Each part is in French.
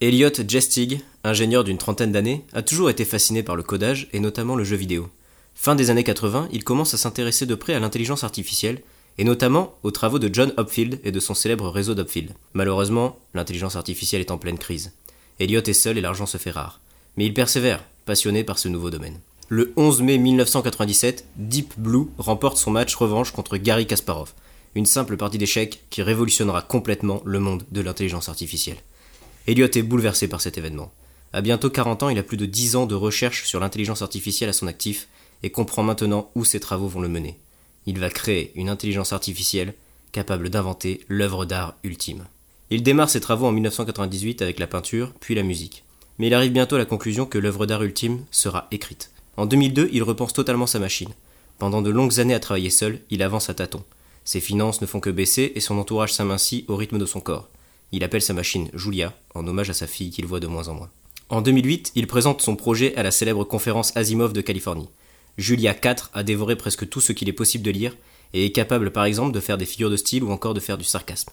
Elliot Jestig, ingénieur d'une trentaine d'années, a toujours été fasciné par le codage et notamment le jeu vidéo. Fin des années 80, il commence à s'intéresser de près à l'intelligence artificielle et notamment aux travaux de John Hopfield et de son célèbre réseau d'Hopfield. Malheureusement, l'intelligence artificielle est en pleine crise. Elliot est seul et l'argent se fait rare. Mais il persévère, passionné par ce nouveau domaine. Le 11 mai 1997, Deep Blue remporte son match revanche contre Gary Kasparov, une simple partie d'échecs qui révolutionnera complètement le monde de l'intelligence artificielle. Elliot est bouleversé par cet événement. À bientôt 40 ans, il a plus de 10 ans de recherche sur l'intelligence artificielle à son actif et comprend maintenant où ses travaux vont le mener il va créer une intelligence artificielle capable d'inventer l'œuvre d'art ultime. Il démarre ses travaux en 1998 avec la peinture, puis la musique. Mais il arrive bientôt à la conclusion que l'œuvre d'art ultime sera écrite. En 2002, il repense totalement sa machine. Pendant de longues années à travailler seul, il avance à tâtons. Ses finances ne font que baisser et son entourage s'amincit au rythme de son corps. Il appelle sa machine Julia, en hommage à sa fille qu'il voit de moins en moins. En 2008, il présente son projet à la célèbre conférence Asimov de Californie. Julia 4 a dévoré presque tout ce qu'il est possible de lire et est capable par exemple de faire des figures de style ou encore de faire du sarcasme.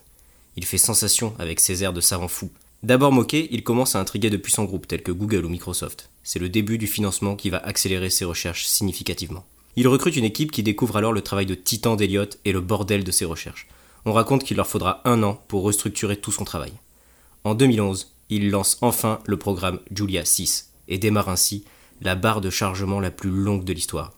Il fait sensation avec ses airs de savant fou. D'abord moqué, il commence à intriguer de puissants groupes tels que Google ou Microsoft. C'est le début du financement qui va accélérer ses recherches significativement. Il recrute une équipe qui découvre alors le travail de titan d'Eliott et le bordel de ses recherches. On raconte qu'il leur faudra un an pour restructurer tout son travail. En 2011, il lance enfin le programme Julia 6 et démarre ainsi la barre de chargement la plus longue de l'histoire.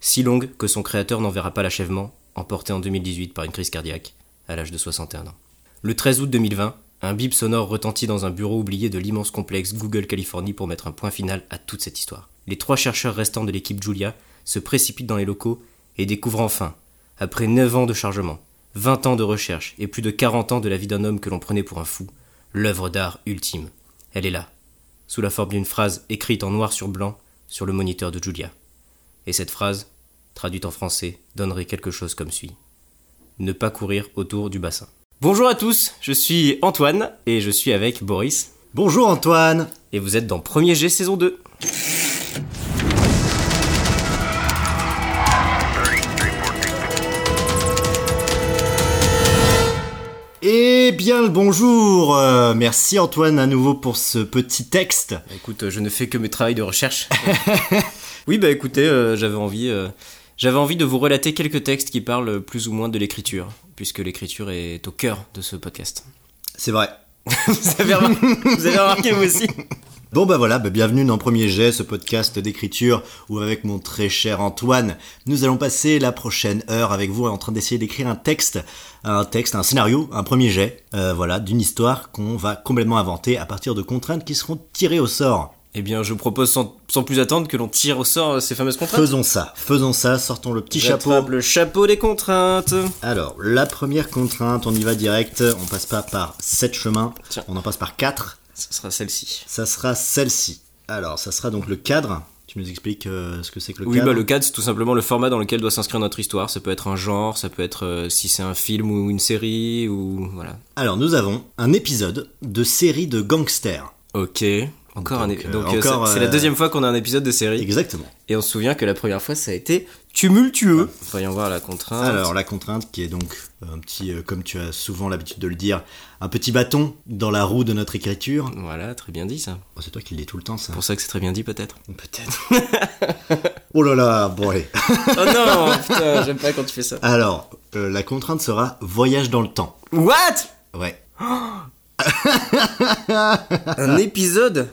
Si longue que son créateur n'en verra pas l'achèvement, emporté en 2018 par une crise cardiaque, à l'âge de 61 ans. Le 13 août 2020, un bip sonore retentit dans un bureau oublié de l'immense complexe Google Californie pour mettre un point final à toute cette histoire. Les trois chercheurs restants de l'équipe Julia se précipitent dans les locaux et découvrent enfin, après 9 ans de chargement, 20 ans de recherche et plus de 40 ans de la vie d'un homme que l'on prenait pour un fou, l'œuvre d'art ultime. Elle est là, sous la forme d'une phrase écrite en noir sur blanc sur le moniteur de Julia. Et cette phrase, traduite en français, donnerait quelque chose comme suit. Ne pas courir autour du bassin. Bonjour à tous, je suis Antoine et je suis avec Boris. Bonjour Antoine Et vous êtes dans Premier G saison 2. Eh bien le bonjour Euh, Merci Antoine à nouveau pour ce petit texte. Écoute, euh, je ne fais que mes travaux de recherche. oui, bah écoutez, euh, j'avais envie, euh, j'avais envie de vous relater quelques textes qui parlent plus ou moins de l'écriture, puisque l'écriture est au cœur de ce podcast. C'est vrai. vous, avez remarqué, vous avez remarqué vous aussi Bon bah voilà, bah, bienvenue dans Premier Jet, ce podcast d'écriture où avec mon très cher Antoine, nous allons passer la prochaine heure avec vous en train d'essayer d'écrire un texte, un texte, un scénario, un premier jet, euh, voilà, d'une histoire qu'on va complètement inventer à partir de contraintes qui seront tirées au sort. Eh bien, je propose sans, sans plus attendre que l'on tire au sort ces fameuses contraintes. Faisons ça, faisons ça, sortons le petit chapeau. J'attrape le chapeau des contraintes. Alors, la première contrainte, on y va direct, on passe pas par sept chemins, Tiens. on en passe par quatre. Ce sera celle-ci. Ça sera celle-ci. Alors, ça sera donc le cadre. Tu nous expliques euh, ce que c'est que le Oui, cadre bah, le cadre, c'est tout simplement le format dans lequel doit s'inscrire notre histoire. Ça peut être un genre, ça peut être euh, si c'est un film ou une série, ou voilà. Alors, nous avons un épisode de série de gangsters. Ok. Encore un Donc, épisode. euh, Donc, euh, c'est encore, c'est la euh, deuxième fois qu'on a un épisode de série. Exactement. Et on se souvient que la première fois, ça a été tumultueux. Voyons voir la contrainte. Alors, la contrainte qui est donc un petit, euh, comme tu as souvent l'habitude de le dire, un petit bâton dans la roue de notre écriture. Voilà, très bien dit ça. Oh, c'est toi qui le dis tout le temps, ça. Pour ça que c'est très bien dit, peut-être. Peut-être. oh là là, bon allez. oh non, putain, j'aime pas quand tu fais ça. Alors, euh, la contrainte sera voyage dans le temps. What Ouais. Un épisode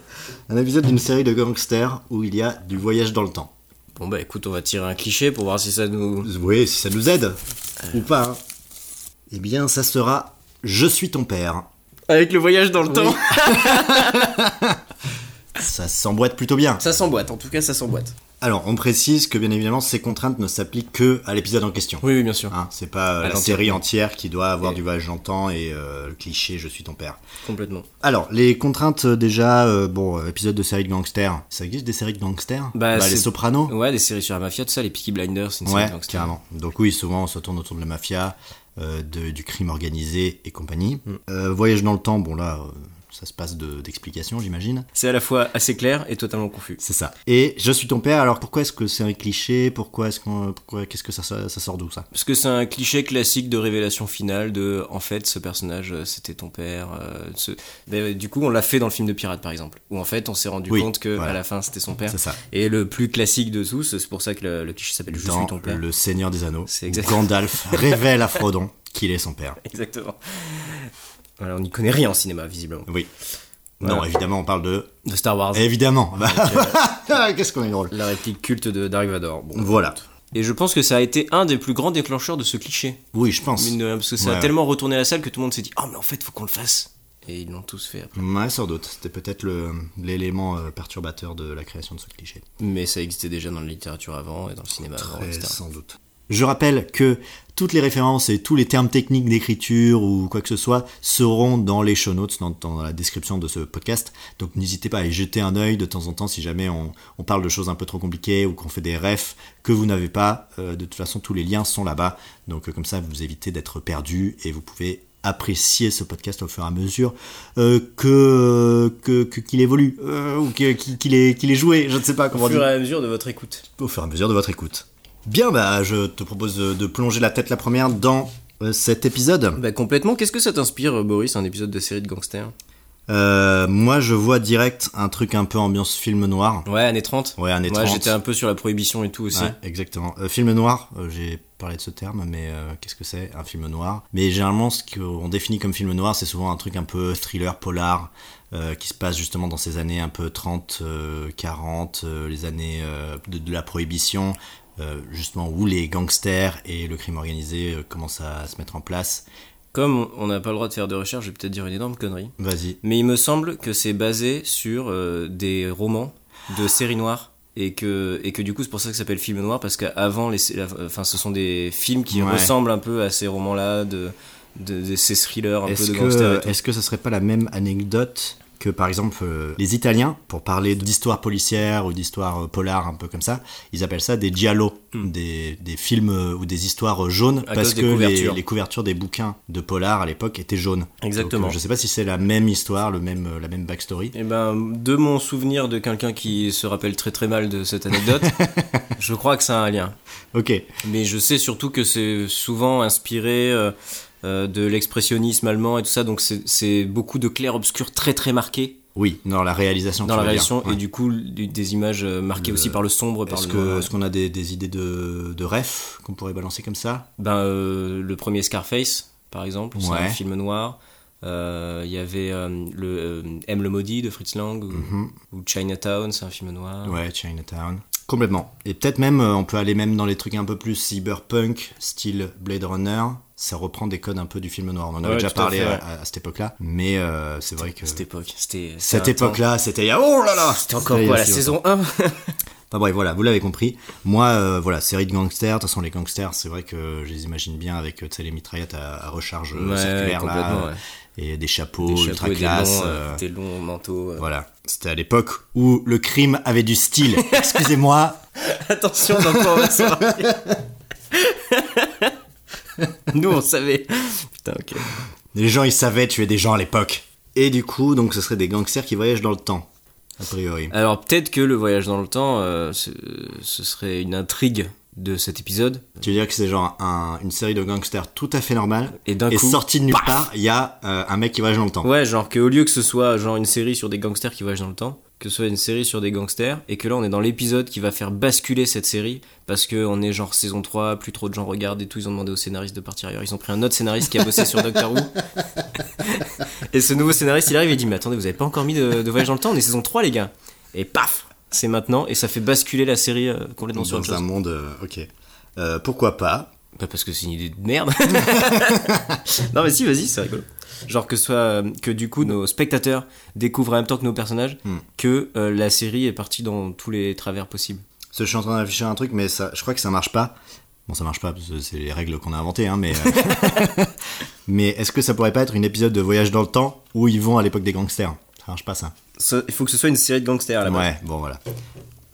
Un épisode d'une série de gangsters où il y a du voyage dans le temps. Bon bah écoute, on va tirer un cliché pour voir si ça nous... Oui, si ça nous aide. Euh. Ou pas. hein. Eh bien, ça sera Je suis ton père. Avec le voyage dans le temps Ça s'emboîte plutôt bien. Ça s'emboîte, en tout cas ça s'emboîte. Alors, on précise que bien évidemment, ces contraintes ne s'appliquent que à l'épisode en question. Oui, oui, bien sûr. Hein, c'est pas euh, À la l'entière. série entière qui doit avoir Et- du voyage dans le temps et euh, le cliché Je suis ton père. Complètement. Alors, les contraintes euh, déjà, euh, bon, euh, épisode de série de gangsters. Ça existe des séries de gangsters Bah, Les c'est- Sopranos Ouais, des séries sur la mafia, tout ça, les Peaky Blinders, c'est une série Ouais, de gangsters. carrément. Donc oui, souvent on se tourne autour de la Mm. mafia, euh, de- du crime organisé et compagnie. Euh, voyage dans le temps, bon là, euh, ça se passe de- d'explication, j'imagine. C'est à la fois assez clair et totalement confus. C'est ça. Et Je suis ton père, alors pourquoi est-ce que c'est un cliché Pourquoi est-ce qu'on. Pourquoi... Qu'est-ce que ça, ça, ça sort d'où ça Parce que c'est un cliché classique de révélation finale de en fait ce personnage euh, c'était ton père. euh, ce- Mais, euh, du coup on l'a fait dans le film de pirate par exemple où en fait on s'est rendu Oui, compte que voilà. à la fin c'était son père. C'est ça. Et le plus classique de tous c'est pour ça que le, le cliché s'appelle Je suis Dans ton père. Le Seigneur des Anneaux, C'est où exactement- Gandalf révèle à Frodon qu'il est son père. Exactement. Voilà, on n'y connaît rien en cinéma visiblement. Oui. Non, Voilà. Ah, évidemment, on parle de. De Star Wars. Évidemment Bah, Qu'est-ce qu'on est drôle La réplique culte de Dark Vador. Bon. Voilà. Et je pense que ça a été un des plus grands déclencheurs de ce cliché. Oui, je pense. Mine de rien, parce que ça Ouais, a ouais. tellement retourné la salle que tout le monde s'est dit Oh, mais en fait, faut qu'on le fasse. Et ils l'ont tous fait après. Ouais, sans doute. C'était peut-être le- l'élément euh, perturbateur de la création de ce cliché. Mais ça existait déjà dans la littérature avant et dans le cinéma avant, Très etc. sans doute. Je rappelle que toutes les références et tous les termes techniques d'écriture ou quoi que ce soit seront dans les show notes, dans, dans la description de ce podcast. Donc n'hésitez pas à y jeter un œil de temps en temps si jamais on, on parle de choses un peu trop compliquées ou qu'on fait des refs que vous n'avez pas. Euh, de toute façon, tous les liens sont là-bas. Donc euh, comme ça, vous évitez d'être perdu et vous pouvez apprécier ce podcast au fur et à mesure euh, que que- que- qu'il évolue euh, ou que- qu'il qu'il est qu'il est joué. Je ne sais pas comment Au dire fur et à mesure de votre écoute. au fur et à mesure de votre écoute. Bien, bah, je te propose de, de plonger la tête la première dans euh, cet épisode. Bah, complètement. Qu'est-ce que ça t'inspire, euh, Boris, un épisode de série de gangsters Euh, moi, je vois direct un truc un peu ambiance film noir. Ouais, années 30. Ouais, un Moi, étrange. j'étais un peu sur la prohibition et tout aussi. exactement. Euh, film noir, euh, j'ai parlé de ce terme, mais euh, qu'est-ce que c'est un film noir Mais généralement, ce qu'on définit comme film noir, c'est souvent un truc un peu thriller, polar, euh, qui se passe justement dans ces années un peu 30, euh, 40, euh, les années euh, de, de la prohibition, euh, justement où les gangsters et le crime organisé euh, commencent à se mettre en place. Comme on n'a pas le droit de faire de recherche, je vais peut-être dire une énorme connerie. Vas-y. Mais il me semble que c'est basé sur euh, des romans de séries noires. Et que, et que du coup, c'est pour ça que ça s'appelle film noir, parce qu'avant, les, sé- la- enfin, ce sont des films qui Ouais. ressemblent un peu à ces romans-là, de, de, de ces thrillers un peu Est-ce de gangsters. et que, tout. est-ce que ça serait pas la même anecdote que par exemple euh, les Italiens, pour parler d'histoire policière ou d'histoire euh, polar un peu comme ça, ils appellent ça des giallo, des, des films euh, ou des histoires euh, jaunes, Hmm. À cause parce que des les, couvertures. les couvertures des bouquins de polar à l'époque étaient jaunes. Exactement. Donc, euh, je sais pas si c'est la même histoire, le même, euh, la même backstory. Eh ben, de mon souvenir de quelqu'un qui se rappelle très très mal de cette anecdote, je crois que ça a un lien. Ok, Mais je sais surtout que c'est souvent inspiré euh, euh, de l'expressionnisme allemand et tout ça, donc c'est- c'est beaucoup de clair-obscur très très marqué. oui, dans la réalisation. dans la tu veux dire. réalisation Ouais. et du coup du- des images euh, marquées Le- aussi par le sombre par Est-ce le que- est-ce qu'on a des, des idées de, de ref qu'on pourrait balancer comme ça ben euh, le premier Scarface par exemple c'est Ouais. un film noir Euh, il y avait euh, le euh, M le maudit de Fritz Lang ou, Mhm. ou Chinatown c'est un film noir Ouais, Chinatown. Complètement. Et peut-être même, euh, on peut aller même dans les trucs un peu plus cyberpunk, style Blade Runner. Ça reprend des codes un peu du film noir. On en avait Ouais, déjà tout à parlé fait, à, ouais. à- à cette époque-là. Mais euh, c'est vrai que cette époque c'était cette c'était un époque-là, c'était il y a- Oh là là temps- c'était encore il y a quoi la si saison longtemps. 1 Enfin bref, voilà, vous l'avez compris. Moi, euh, voilà, série de gangsters. De toute façon, les gangsters, c'est vrai que je les imagine bien avec euh, tu sais, les mitraillettes à, à recharge euh, Ouais, circulaire là, complètement, ouais. et des chapeaux Des Oh, ultra chapeaux et des classe. longs, euh, euh, des longs manteaux euh. Voilà, c'était à l'époque où le crime avait du style. Excusez-moi, attention dans quoi on va se marquer. nous on savait putain ok Les gens, ils savaient tuer des gens à l'époque. Et du coup, donc, ce serait des gangsters qui voyagent dans le temps, a priori. Alors peut-être que le voyage dans le temps, euh, ce, ce serait une intrigue de cet épisode. Tu veux dire que c'est genre un- une série de gangsters tout à fait normale, Et d'un et coup, sortie de nulle paf part, il y a euh, un mec qui voyage dans le temps. ouais, genre qu'au lieu que ce soit genre une série sur des gangsters qui voyagent dans le temps, que ce soit une série sur des gangsters, et que là on est dans l'épisode qui va faire basculer cette série, parce que on est genre saison 3, plus trop de gens regardent et tout, ils ont demandé au scénariste de partir ailleurs, ils ont pris un autre scénariste qui a bossé sur Doctor Who. et ce nouveau scénariste il arrive et dit mais attendez vous avez pas encore mis de, de voyage dans le temps, on est saison 3 les gars. Et paf, c'est maintenant, et ça fait basculer la série euh, complètement sur autre dans chose. un monde, euh, ok. Euh, pourquoi pas Bah parce que c'est une idée de merde. non mais si, vas-y, c'est rigolo. Genre que ce soit euh, que du coup nos spectateurs découvrent en même temps que nos personnages Hmm. que euh, la série est partie dans tous les travers possibles. Parce que je suis en train d'afficher un truc, mais ça, je crois que ça marche pas. Bon, ça marche pas, parce que c'est les règles qu'on a inventées, hein, mais... euh, mais est-ce que ça pourrait pas être une épisode de voyage dans le temps où ils vont à l'époque des gangsters Ça marche pas, ça. Ça- Il faut que ce soit une série de gangsters à la base. Ouais, bon, voilà.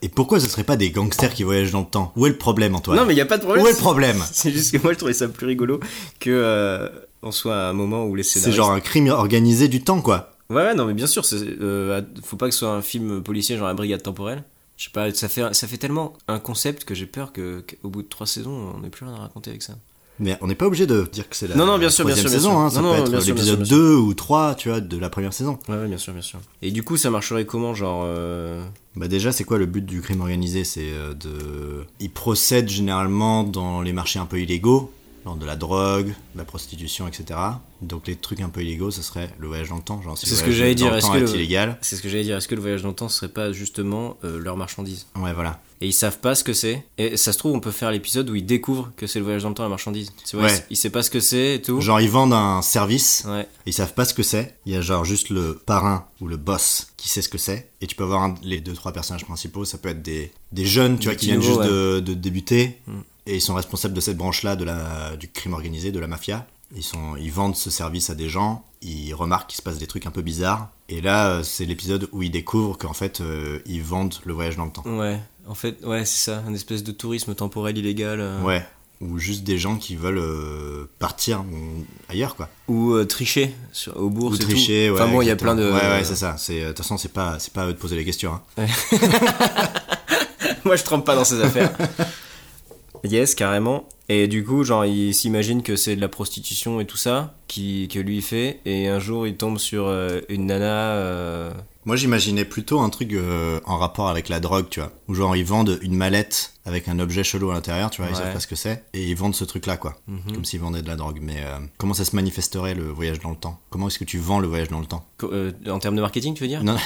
Et pourquoi ce serait pas des gangsters qui voyagent dans le temps Où est le problème, Antoine Non mais il y a pas de problème. Où est le problème C'est juste que moi je trouvais ça plus rigolo que euh, on soit à un moment où les C'est scénaristes genre un crime organisé du temps, quoi. Ouais, ouais, non, mais bien sûr, c'est, euh, faut pas que ce soit un film policier genre La Brigade Temporelle. Je sais pas, ça fait, ça fait tellement un concept que j'ai peur que- qu'au bout de trois saisons, on n'ait plus rien à raconter avec ça. Mais on n'est pas obligé de dire que c'est la Non, non, bien sûr, bien troisième sûr, bien saison, sûr. hein, ça Non, non, peut bien être sûr, bien l'épisode sûr, 2 ou 3, tu vois, de la première saison. Ouais, ouais, bien sûr, bien sûr. Et du coup, ça marcherait comment, genre. euh, Bah déjà, c'est quoi le but du crime organisé C'est euh, de... Il procède généralement dans les marchés un peu illégaux, dans de la drogue, de la prostitution, etc. Donc les trucs un peu illégaux, ce serait le voyage dans le temps. Genre, si C'est le ce que voyage j'allais dans dire, le est-ce temps que est le- illégal. C'est ce que j'allais dire. Est-ce que le voyage dans le temps, ce serait pas justement euh, leur marchandise Ouais, voilà. Et ils savent pas ce que c'est. Et ça se trouve, on peut faire l'épisode où ils découvrent que c'est le voyage dans le temps, la marchandise. Tu vois, Ouais. ils, s- ils savent pas ce que c'est et tout. Genre ils vendent un service, Ouais. ils savent pas ce que c'est. Il y a genre juste le parrain ou le boss qui sait ce que c'est. Et tu peux avoir un- les deux trois personnages principaux. Ça peut être des, des jeunes, tu Des vois, qui petits viennent nouveaux, juste de, de débuter Mm. et ils sont responsables de cette branche-là de la du crime organisé, de la mafia. Ils sont, ils vendent ce service à des gens. Ils remarquent qu'il se passe des trucs un peu bizarres. Et là, euh, c'est l'épisode où ils découvrent qu'en fait, euh, ils vendent le voyage dans le temps. Ouais. En fait, ouais, c'est ça. Un espèce de tourisme temporel illégal. euh, Ouais. Ou juste des gens qui veulent euh, partir mm, ailleurs, quoi. Ou euh, tricher sur, au bourg. Ou c'est tricher, tout. ouais. Enfin bon, il y a exactement. plein de. Ouais, ouais, c'est ça. C'est, euh, De toute façon, c'est pas, c'est pas à eux de poser les questions. hein. Moi, je trempe pas dans ces affaires. yes, carrément. Et du coup, genre, il s'imagine que c'est de la prostitution et tout ça qui, que lui il fait. Et un jour, il tombe sur euh, une nana. euh, Moi, j'imaginais plutôt un truc euh, en rapport avec la drogue, tu vois. Où genre, ils vendent une mallette avec un objet chelou à l'intérieur, tu vois, ils Ouais. savent pas ce que c'est. Et ils vendent ce truc-là, quoi. Mhm. Comme s'ils vendaient de la drogue. Mais euh, comment ça se manifesterait le voyage dans le temps Comment est-ce que tu vends le voyage dans le temps co- euh, en termes de marketing, tu veux dire Non,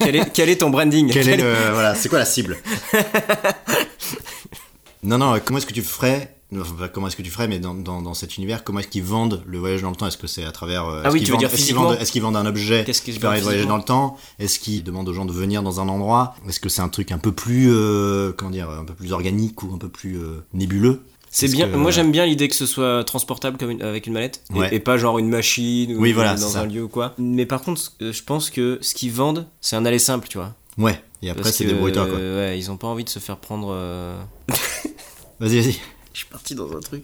quel, est, quel est ton branding quel est Quel- le. euh, Voilà, c'est quoi la cible Non, non, euh, comment est-ce que tu ferais. Enfin, pas comment est-ce que tu ferais, mais dans, dans, dans cet univers, comment est-ce qu'ils vendent le voyage dans le temps Est-ce que c'est à travers. euh, Ah est-ce oui, qu'ils tu veux vendent- dire est-ce qu'ils physiquement vendent- Est-ce qu'ils vendent un objet Qu'est-ce qu'ils qui permet de vendent voyager physiquement dans le temps Est-ce qu'ils demandent aux gens de venir dans un endroit Est-ce que c'est un truc un peu plus. euh, comment dire Un peu plus organique ou un peu plus euh, nébuleux C'est Est-ce bien. que- euh, Moi, j'aime bien l'idée que ce soit transportable comme une- avec une mallette et- Ouais. et, pas genre une machine ou Oui, voilà, c'est dans ça. un lieu ou quoi. Mais par contre, euh, je pense que ce qu'ils vendent, c'est un aller simple, tu vois. Ouais, et après, Parce c'est que, des bruiteurs, quoi. euh, Ouais, ils ont pas envie de se faire prendre. euh, Vas-y, vas-y. Je suis parti dans un truc.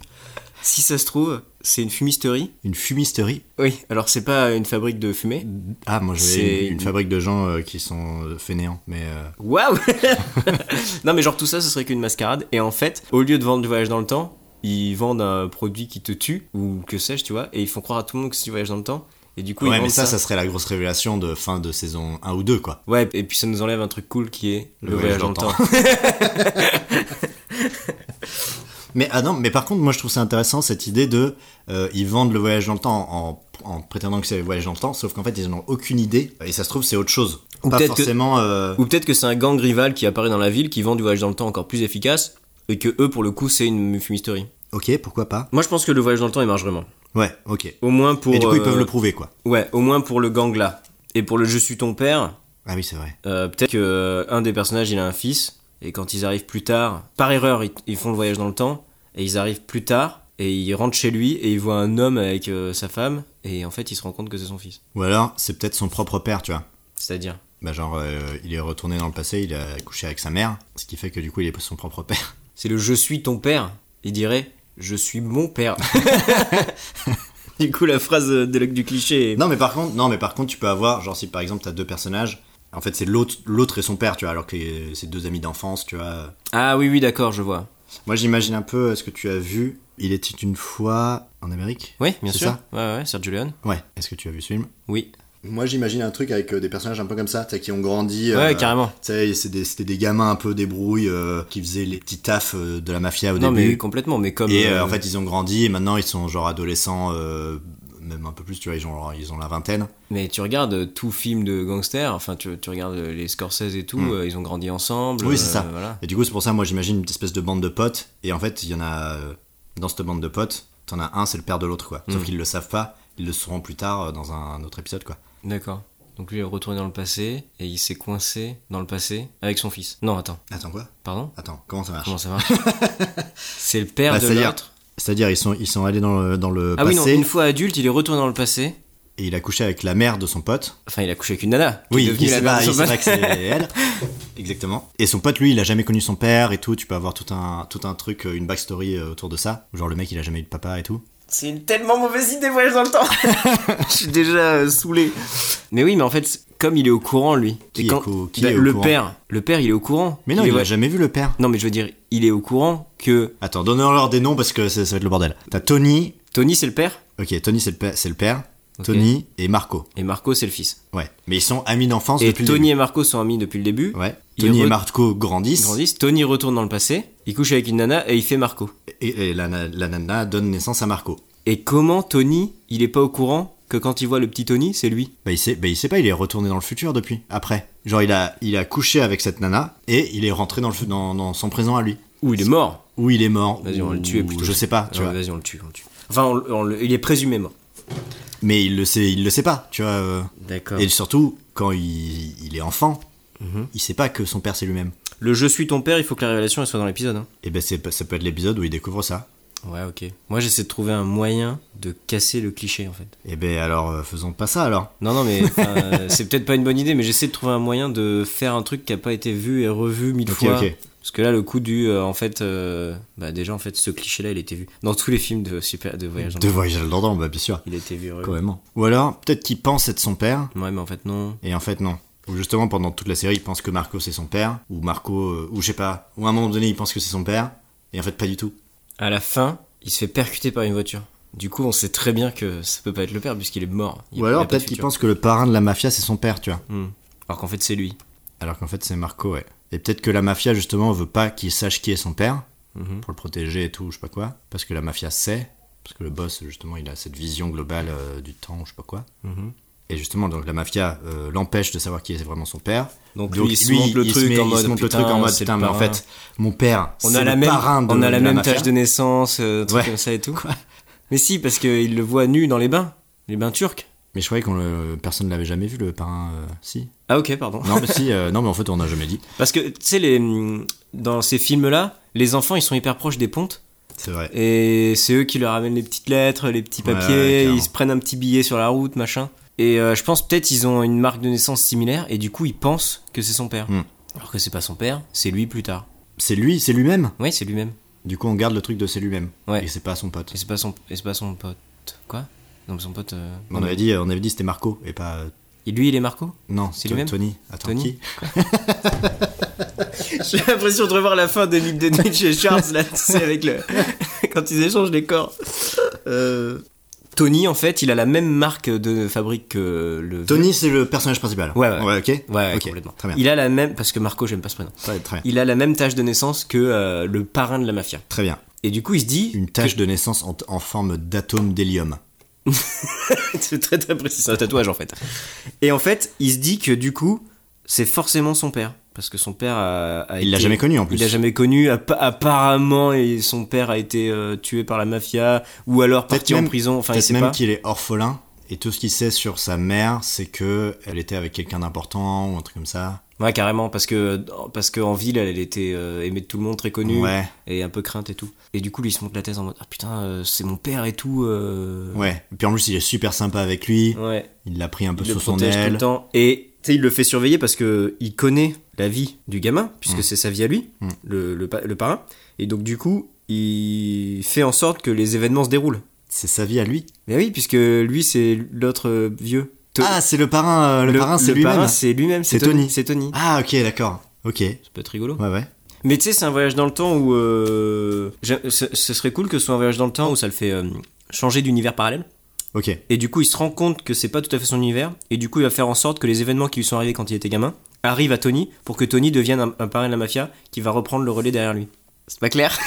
Si ça se trouve, c'est une fumisterie. Une fumisterie Oui, alors c'est pas une fabrique de fumée. Ah, moi, j'avais C'est- une, une fabrique de gens euh, qui sont euh, fainéants, mais. euh, Waouh Non mais genre tout ça, ce serait qu'une mascarade. Et en fait, au lieu de vendre du voyage dans le temps, ils vendent un produit qui te tue, ou que sais-je, tu vois, et ils font croire à tout le monde que c'est du voyage dans le temps. Et du coup, ils ouais, mais vendent ça, ça serait la grosse révélation de fin de saison 1 ou 2, quoi. Ouais, et puis ça nous enlève un truc cool qui est le, voyage dans le temps. Mais, ah non, mais par contre, moi, je trouve ça intéressant, cette idée de... euh, ils vendent le voyage dans le temps en, en prétendant que c'est le voyage dans le temps, sauf qu'en fait, ils n'en ont aucune idée, et ça se trouve, c'est autre chose. Ou Pas peut-être que- forcément... euh, ou peut-être que c'est un gang rival qui apparaît dans la ville, qui vend du voyage dans le temps encore plus efficace, et que eux, pour le coup, c'est une fumisterie. Ok, pourquoi pas Moi, je pense que le voyage dans le temps, il marche vraiment. Ouais, ok. Au moins pour... et du coup, ils euh, peuvent le prouver, quoi. Ouais, au moins pour le gang là. Et pour le Je suis ton père, Ah oui, c'est vrai. euh, peut-être que euh, un des personnages il a un fils, et quand ils arrivent plus tard, par erreur ils, ils font le voyage dans le temps, et ils arrivent plus tard, et ils rentrent chez lui, et ils voient un homme avec euh, sa femme, et en fait ils se rendent compte que c'est son fils. Ou alors, c'est peut-être son propre père, tu vois. C'est-à-dire. Bah genre, euh, il est retourné dans le passé, il a couché avec sa mère, ce qui fait que du coup, il est son propre père. C'est le je suis ton père, il dirait je suis mon père. du coup la phrase euh, de Luc du cliché est- Non mais par contre, non mais par contre, tu peux avoir genre si par exemple t'as deux personnages, en fait c'est l'autre, l'autre et son père, tu vois, alors que euh, c'est deux amis d'enfance, tu vois. Ah oui, oui, d'accord, je vois. Moi j'imagine un peu euh, ce que tu as vu. Il était une fois en Amérique. Oui, bien C'est sûr. ça ouais, ouais, Sergio Leone. Ouais. Est-ce que tu as vu ce film Oui. Moi j'imagine un truc avec euh, des personnages un peu comme ça, tu sais, qui ont grandi. Ouais, euh, carrément. Tu sais, c'est des- c'était des gamins un peu débrouilles euh, qui faisaient les petits tafs euh, de la mafia au Non, début. mais complètement, mais comme. Et euh, euh, en fait, ils ont grandi et maintenant ils sont genre adolescents, euh, même un peu plus, tu vois, ils ont, ils ont la vingtaine. Mais tu regardes euh, tout film de gangster, enfin tu, tu regardes euh, les Scorsese et tout, Mm. euh, ils ont grandi ensemble. euh, Oui, c'est ça. voilà. Et du coup, c'est pour ça, moi, j'imagine une espèce de bande de potes. Et en fait, il y en a. euh, Dans cette bande de potes, t'en as un, c'est le père de l'autre, quoi. Sauf Mm. qu'ils le savent pas, ils le sauront plus tard euh, dans un autre épisode, quoi. D'accord. Donc lui il est retourné dans le passé et il s'est coincé dans le passé avec son fils. Non, attends, Attends, quoi pardon Attends, comment ça marche Comment ça marche C'est le père Bah, de c'est-à-dire- l'autre. C'est-à-dire, ils sont, ils sont allés dans le, dans le Ah oui, passé non, une fois adulte, il est retourné dans le passé. et il a couché avec la mère de son pote. Enfin, il a couché avec une nana. qui est Oui, devenue il la sait mère pas, de il son sait père. pas que c'est elle. Exactement. Et son pote, lui, il a jamais connu son père et tout. Tu peux avoir tout un, tout un truc, euh, une backstory euh, autour de ça. Genre, le mec, il a jamais eu de papa et tout. C'est une tellement mauvaise idée, voyage dans le temps. Je suis déjà euh, saoulé. Mais oui, mais en fait, comme il est au courant, lui. Qui et est quand- co- qui bah, est au Le courant père. Le père, il est au courant. Mais non, Il est- il a jamais vu le père. Non, mais je veux dire, il est au courant que Attends, donnons-leur des noms parce que ça, ça va être le bordel. T'as Tony. Tony, c'est le père Ok, Tony, c'est le père. C'est le père. Ok. Tony et Marco. et Marco, c'est le fils. Ouais. Mais ils sont amis d'enfance Et depuis le Tony et Marco sont amis depuis le début. début. Ouais. Ils Tony et re- Marco grandissent. Ils grandissent. Tony retourne dans le passé. Il couche avec une nana et il fait Marco. Et, et la, na- la nana donne naissance à Marco. Et comment Tony, il est pas au courant que quand il voit le petit Tony, c'est lui Bah il, sait, bah il sait pas, il est retourné dans le futur depuis, après. Genre il a, il a couché avec cette nana et il est rentré dans, le, fu- dans, dans son présent à lui. Ou il est mort Ou il est mort. Vas-y, on ou- le tue plutôt. Je sais pas, tu Ouais, vois. Ah, Vas-y, on le tue. on le tue. Enfin, on le- on le- il est présumé mort. Mais il le sait, il le sait pas, tu vois. euh. D'accord. Et surtout, quand il, il est enfant, Mhm. il sait pas que son père c'est lui-même. Le je suis ton père, il faut que la révélation elle soit dans l'épisode. hein. Et ben c'est, ça peut être l'épisode où il découvre ça. Ouais, ok. Moi, j'essaie de trouver un moyen de casser le cliché, en fait. Et ben alors euh, faisons pas ça alors. Non, non, mais enfin, euh, c'est peut-être pas une bonne idée, mais j'essaie de trouver un moyen de faire un truc qui a pas été vu et revu mille Ok, fois. ok. Parce que là, le coup du, euh, en fait, euh, bah déjà, en fait, ce cliché-là, il était vu dans tous les films de super de voyage. en De voyage à l'Ordan, bah bien sûr. Il était vu. Quand Ouais. même. Ou alors, peut-être qu'il pense être son père ouais, mais en fait, non. Et en fait, non. Ou justement, pendant toute la série, il pense que Marco c'est son père, ou Marco, euh, ou je sais pas, ou à un moment donné, il pense que c'est son père, et en fait, pas du tout. À la fin, il se fait percuter par une voiture. Du coup, on sait très bien que ça peut pas être le père puisqu'il est mort. Il y a- ou il y alors, a pas de peut-être qu'il futur. pense que le parrain de la mafia c'est son père, tu vois. Hmm. Alors qu'en fait, c'est lui. Alors qu'en fait, c'est Marco, ouais. Et peut-être que la mafia, justement, veut pas qu'il sache qui est son père, Mhm. pour le protéger et tout, je sais pas quoi. Parce que la mafia sait, parce que le boss, justement, il a cette vision globale euh, du temps, je sais pas quoi. Mhm. Et justement, donc la mafia euh, l'empêche de savoir qui est vraiment son père. Donc, lui, il se montre le il se truc met- en il se mode, montre le putain, truc en mode, c'est le putain, mais en parrain. fait, mon père, On c'est a, le la même, parrain de on a la de même mafia. tâche de naissance, euh, truc Ouais. comme ça et tout. Mais si, parce qu'il le voit nu dans les bains, les bains turcs. Mais je croyais qu'on le... personne ne l'avait jamais vu le parrain. euh, Si. Ah ok, pardon. Non mais si. euh, non mais en fait on n'a jamais dit. Parce que tu sais, les, hum, dans ces films-là, les enfants, ils sont hyper proches des pontes. C'est vrai. Et c'est eux qui leur amènent les petites lettres, les petits Ouais, papiers, ouais, clairement. ils se prennent un petit billet sur la route, machin. Et euh, je pense peut-être ils ont une marque de naissance similaire et du coup ils pensent que c'est son père. Hmm. Alors que c'est pas son père, c'est lui plus tard. C'est lui, c'est lui-même. Oui, c'est lui-même. Du coup on garde le truc de c'est lui-même. Ouais. Et c'est pas son pote. Et c'est pas son, et c'est pas son pote. Quoi Non, mais son pote. euh, On avait dit, on avait dit c'était Marco et pas. euh, Et lui, il est Marco Non, C'est To- lui-même Tony. Attends Tony qui J'ai l'impression de revoir la fin de l'île de Nietzsche et Charles, là, tu sais, avec le. quand ils échangent les corps. Euh, Tony, en fait, il a la même marque de fabrique que le. Tony c'est le personnage principal. Ouais, ouais. ok. Ouais, ouais, Ok, complètement. Très bien. Il a la même. Parce que Marco, j'aime pas ce prénom. Très, très bien. Il a la même tâche de naissance que euh, le parrain de la mafia. Très bien. Et du coup, il se dit. Une tache de naissance en, en forme d'atome d'hélium. C'est très très précis, c'est un tatouage en fait. Et en fait, il se dit que du coup, c'est forcément son père. Parce que son père a. a Il l'a été- jamais connu en plus. Ah, Il l'a jamais connu. appa- Apparemment, et son père a été euh, tué par la mafia ou alors Peut-être parti en même- prison. Enfin, il Peut-être sait même pas. qu'il est orphelin. Et tout ce qu'il sait sur sa mère, c'est que elle était avec quelqu'un d'important ou un truc comme ça. Ouais, carrément, parce que parce que en ville, elle, elle était euh, aimée de tout le monde, très connue Ouais, et un peu crainte et tout. Et du coup, lui, il se monte la thèse en mode ah putain, euh, c'est mon père et tout. euh, ouais. Et puis en plus, il est super sympa avec lui. ouais. Il l'a pris un peu Il le sous son protège tout aile. le temps. Et tu sais, il le fait surveiller parce que il connaît la vie du gamin, puisque c'est sa vie à lui, Mm. le, le, pa- le parrain. Et donc, du coup, il fait en sorte que les événements se déroulent. C'est sa vie à lui. Mais oui, puisque lui, c'est l'autre euh, vieux. To- Ah, c'est le parrain, euh, le, parrain, c'est lui-même. parrain, c'est lui-même. C'est Tony. C'est Tony. Ah, ok, d'accord. Ok, ouais, Ça peut être rigolo. ouais. Mais tu sais, c'est un voyage dans le temps où. euh, j'ai- ce, ce serait cool que ce soit un voyage dans le temps où ça le fait euh, changer d'univers parallèle. Ok, Et du coup, il se rend compte que c'est pas tout à fait son univers. Et du coup, il va faire en sorte que les événements qui lui sont arrivés quand il était gamin arrivent à Tony pour que Tony devienne un, un parrain de la mafia qui va reprendre le relais derrière lui. C'est pas clair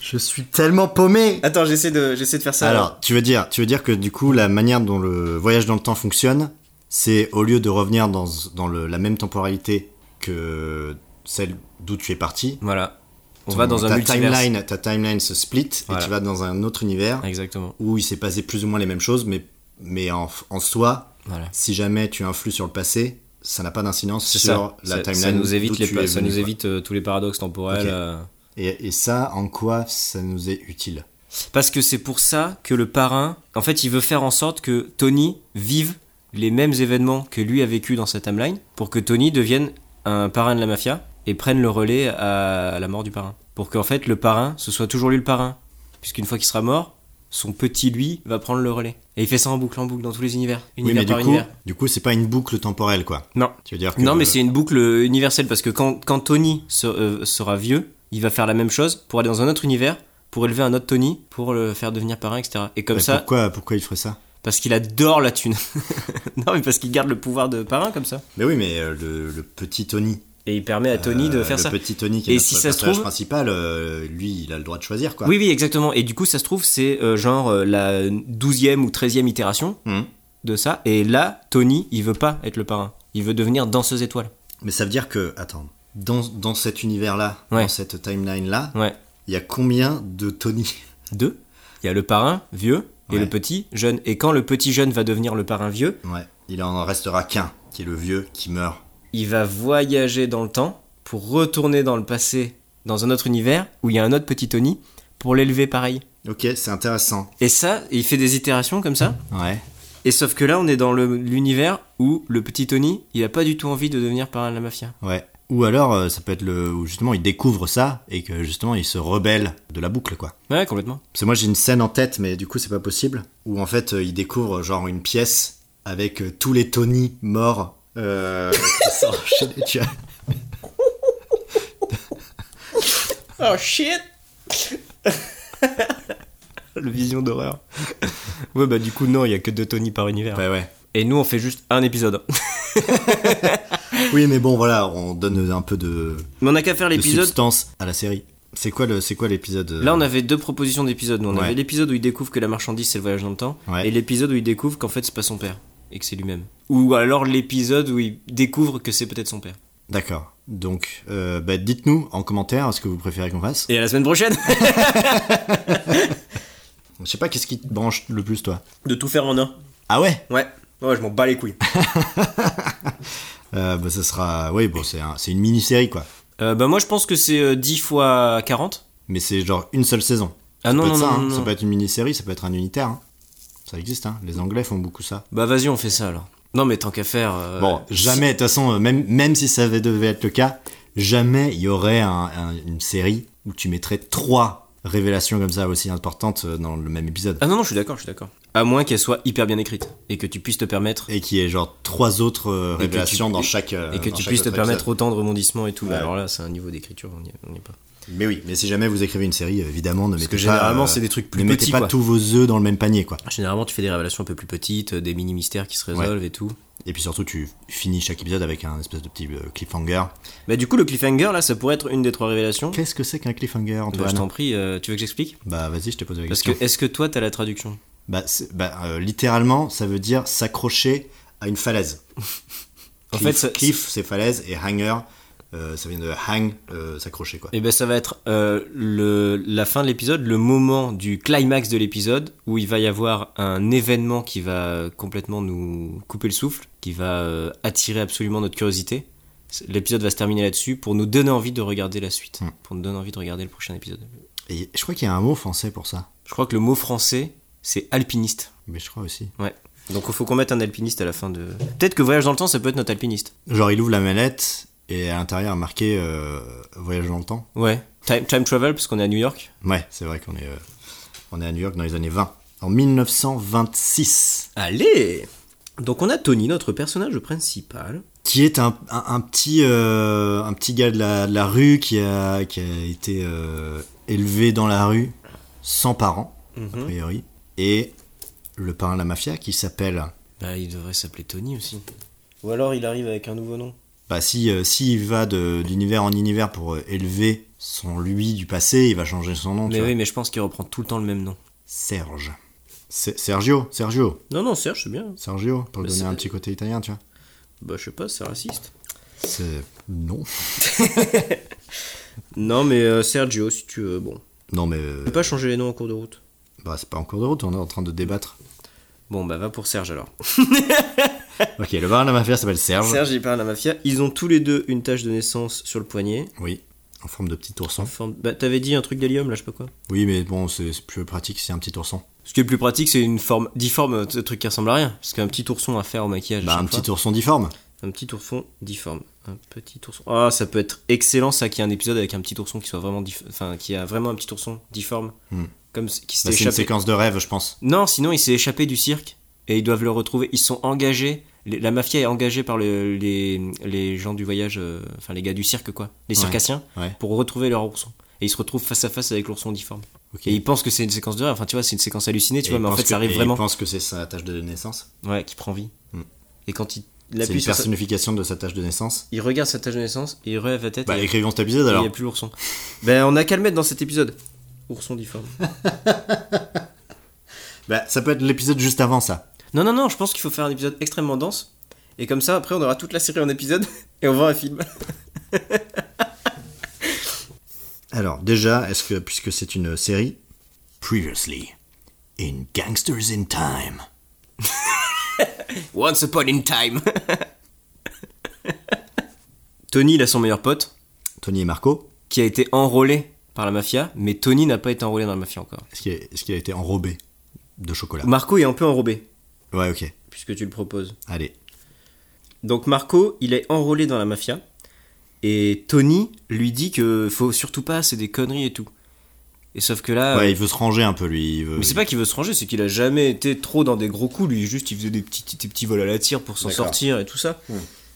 je suis tellement paumé. Attends, j'essaie de, j'essaie de faire ça. Alors, tu veux dire, tu veux dire que du coup, la manière dont le voyage dans le temps fonctionne, c'est au lieu de revenir dans, dans le- la même temporalité que celle d'où tu es parti, Voilà. On ton- va dans un ta multivers. timeline, ta timeline se split Voilà. et tu vas dans un autre univers Exactement. où il s'est passé plus ou moins les mêmes choses, mais mais en, en soi, Voilà. si jamais tu influes sur le passé, ça n'a pas d'incidence C'est sur ça. la ça, timeline. ça nous d'où évite, les tu pa- es ça venu, nous quoi. évite euh, tous les paradoxes temporels. Ok. euh, Et, et ça, en quoi ça nous est utile Parce que c'est pour ça que le parrain, en fait, il veut faire en sorte que Tony vive les mêmes événements que lui a vécu dans sa timeline pour que Tony devienne un parrain de la mafia et prenne le relais à la mort du parrain. pour qu'en fait le parrain, ce soit toujours lui le parrain. Puisqu'une fois qu'il sera mort, son petit lui va prendre le relais. Et il fait ça en boucle en boucle dans tous les univers. Oui, Univers mais du par coup, univers. du coup, c'est pas une boucle temporelle, quoi. Non. Tu veux dire que Non, mais euh, c'est une boucle universelle parce que quand, quand Tony se- euh, sera vieux, il va faire la même chose pour aller dans un autre univers, pour élever un autre Tony, pour le faire devenir parrain, etc. Et comme bah, ça, Pourquoi, pourquoi il ferait ça parce qu'il adore la thune. non, mais parce qu'il garde le pouvoir de parrain comme ça. Mais oui, mais euh, le, le petit Tony. Et il permet à Tony euh, de faire le ça. petit Tony qui est Et notre si ça se personnage trouve- principal, euh, lui, il a le droit de choisir, quoi. Oui, oui, exactement. Et du coup, ça se trouve, c'est euh, genre euh, la 12e ou 13e itération Mhm. de ça. Et là, Tony, il veut pas être le parrain. Il veut devenir danseuse étoile. Mais ça veut dire que, attends, dans, dans cet univers-là, Ouais. dans cette timeline-là, Ouais. il y a combien de Tony Deux, il y a le parrain vieux et Ouais. le petit jeune. Et quand le petit jeune va devenir le parrain vieux, Ouais, il en restera qu'un, qui est le vieux, qui meurt. il va voyager dans le temps pour retourner dans le passé, dans un autre univers où il y a un autre petit Tony pour l'élever pareil. Ok, c'est intéressant. Et ça, il fait des itérations comme ça. Ouais. Et sauf que là, on est dans le- l'univers où le petit Tony, il a pas du tout envie de devenir parrain de la mafia. Ouais. Ou alors, euh, ça peut être le. Où justement, il découvre ça et que justement, il se rebelle de la boucle, quoi. Ouais, complètement. Parce que moi, j'ai une scène en tête, mais du coup, c'est pas possible. Où en fait, euh, il découvre genre une pièce avec euh, tous les Tony morts euh, qui sont enchaînés, tu vois. Oh shit Le vision d'horreur. ouais, bah du coup, non, il y a que deux Tony par univers. Ouais, ouais. Et nous, on fait juste un épisode. Oui, mais bon, voilà, on donne un peu de, Mais on n'a qu'à faire de l'épisode. substance à la série. C'est quoi le, c'est quoi l'épisode euh, Là, on avait deux propositions d'épisodes. nous. On Ouais. avait l'épisode où il découvre que la marchandise, c'est le voyage dans le temps. Ouais. Et l'épisode où il découvre qu'en fait, c'est pas son père. Et que c'est lui-même. Ou alors l'épisode où il découvre que c'est peut-être son père. D'accord. Donc, euh, bah, dites-nous en commentaire ce que vous préférez qu'on fasse. Et à la semaine prochaine Je sais pas qu'est-ce qui te branche le plus, toi. De tout faire en un. Ah ouais. Ouais. Ouais, je m'en bats les couilles. Euh, bah, ça sera. Oui, bon, c'est un- c'est une mini-série, quoi. Euh, bah, moi, je pense que c'est euh, 10 fois 40. Mais c'est genre une seule saison. Ah Ça non, peut non, être non, ça, non, hein. ça non. peut être une mini-série, ça peut être un unitaire. hein. Ça existe, hein. les Anglais font beaucoup ça. Bah, vas-y, on fait ça alors. Non, mais tant qu'à faire. euh, Bon, jamais, de toute façon, euh, même, même si ça avait- devait être le cas, jamais il y aurait un- un- une série où tu mettrais trois révélations comme ça aussi importantes euh, dans le même épisode. Ah non, non, je suis d'accord, je suis d'accord. À moins qu'elle soit hyper bien écrite et que tu puisses te permettre. Et qui est genre trois autres euh, Et que tu- révélations dans chaque. euh, Et que dans tu chaque puisses te autre permettre épisode. autant de rebondissements et tout. Bah, Ouais. alors là, c'est un niveau d'écriture, on n'y est, on y est pas. Mais oui, mais si jamais vous écrivez une série, évidemment, ne mettez que pas. euh, généralement, c'est des trucs plus Ne mettez petits, pas quoi. tous vos œufs dans le même panier, quoi. Généralement, tu fais des révélations un peu plus petites, euh, des mini-mystères qui se résolvent et tout. Et puis surtout, tu finis chaque épisode avec un espèce de petit euh, cliffhanger. Bah, du coup, le cliffhanger, là, ça pourrait être une des trois révélations. Qu'est-ce que c'est qu'un cliffhanger, Bah, je Antoine t'en prie, euh, tu veux que j'explique Bah, vas-y, je te pose la Parce question. que, est-ce que toi, t'as la traduction Bah, c'est- bah, euh, littéralement, ça veut dire s'accrocher à une falaise. En Cliff, fait, ça- cliff, c'est falaise, et hanger, euh, ça vient de hang, euh, s'accrocher quoi. Et ben, ça va être euh, le, la fin de l'épisode, le moment du climax de l'épisode, où il va y avoir un événement qui va complètement nous couper le souffle, qui va euh, attirer absolument notre curiosité. L'épisode va se terminer là-dessus pour nous donner envie de regarder la suite, Hmm. pour nous donner envie de regarder le prochain épisode. Et je crois qu'il y a un mot français pour ça, Je crois que le mot français, c'est alpiniste. mais je crois aussi. Ouais. Donc il faut qu'on mette un alpiniste à la fin de. Peut-être que Voyage dans le temps, ça peut être notre alpiniste. Genre, il ouvre la mallette, et à l'intérieur, marqué euh, voyage dans le temps. Ouais. Time, time travel, parce qu'on est à New York. Ouais, c'est vrai qu'on est, euh, on est à New York dans les années 20. En 1926, Allez Donc on a Tony, notre personnage principal. qui est un, un- un petit, euh, un petit gars de la, de la rue qui a, qui a été euh, élevé dans la rue sans parents, Mhm. a priori, et le parrain de la mafia qui s'appelle. Bah il devrait s'appeler Tony aussi. Ou alors il arrive avec un nouveau nom. Bah, si, euh, s'il va de- d'univers en univers pour euh, élever son lui du passé, il va changer son nom. tu Mais vois. oui, mais je pense qu'il reprend tout le temps le même nom. Serge. Se- Sergio, Sergio, Non, non, Serge, c'est bien. Sergio, pour lui Mais donner c'est- un petit côté italien, tu vois. Bah je sais pas, c'est raciste. C'est. Non. Non, mais euh, Sergio, si tu veux, bon. Non, mais. euh, Tu peux pas changer les noms en cours de route. Bah, c'est pas en cours de route, on est en train de débattre. Bon, bah va pour Serge alors. Ok, le baron de la mafia s'appelle Serge. Serge, il parle à la mafia. Ils ont tous les deux une tache de naissance sur le poignet. Oui, en forme de petit ourson. En forme... Bah t'avais dit un truc d'hélium là, je sais pas quoi. Oui, mais bon, c'est c'est plus pratique si c'est un petit ourson. Ce qui est le plus euh, pratique, c'est une forme difforme, un truc qui ressemble à rien. Parce qu'un petit ourson à faire au maquillage. à Bah, un chaque fois. petit ourson difforme. Bah, Un petit ourson difforme. Un petit ourson. Ah, ça peut être excellent ça qu'il y ait un épisode avec un petit ourson qui soit vraiment dif- enfin qui a vraiment un petit ourson difforme Hmm. comme c- qui s'est Bah, c'est une échappé. séquence de rêve, je pense. Non, sinon il s'est échappé du cirque et ils doivent le retrouver. Ils sont engagés. Les- La mafia est engagée par le- les, les gens du voyage, euh, enfin les gars du cirque quoi, les Ouais. circassiens, Ouais. pour retrouver leur ourson. Et ils se retrouvent face à face avec l'ourson difforme. Ok. Et ils pensent que c'est une séquence de rêve. Enfin tu vois, c'est une séquence hallucinée, tu Et vois, il mais en pense fait que- ça arrive et vraiment. Il pense que c'est sa tâche de naissance. Ouais, qui prend vie. Hmm. Et quand il C'est l'appuie une sur sa- personnification de sa tâche de naissance. il regarde sa tâche de naissance, et il relève la tête. Bah, et- écrivons cet épisode Il alors. n'y a plus l'ourson. ben, on a qu'à le mettre dans cet épisode. Ourson difforme. Bah, ça peut être l'épisode juste avant ça. Non, non, non, je pense qu'il faut faire un épisode extrêmement dense. Et comme ça, après, on aura toute la série en épisode et on voit un film. Alors, déjà, est-ce que, puisque c'est une série. Previously, in Gangsters in Time. Once upon in time. Tony, il a son meilleur pote Tony et Marco, qui a été enrôlé par la mafia, mais Tony n'a pas été enrôlé dans la mafia encore. est-ce qu'il a, est-ce qu'il a été enrobé de chocolat Marco est un peu enrobé, Ouais, ok. puisque tu le proposes. Allez. Donc Marco, il est enrôlé dans la mafia. Et Tony lui dit que faut surtout pas, c'est des conneries et tout. Et sauf que là, euh, Ouais, il veut se ranger un peu, lui. Il veut... Ah Mais c'est pas qu'il veut se ranger, c'est qu'il a jamais été trop dans des gros coups. Lui, juste, il faisait des petits, des petits vols à la tire pour s'en D'accord. Hmm. sortir et tout ça.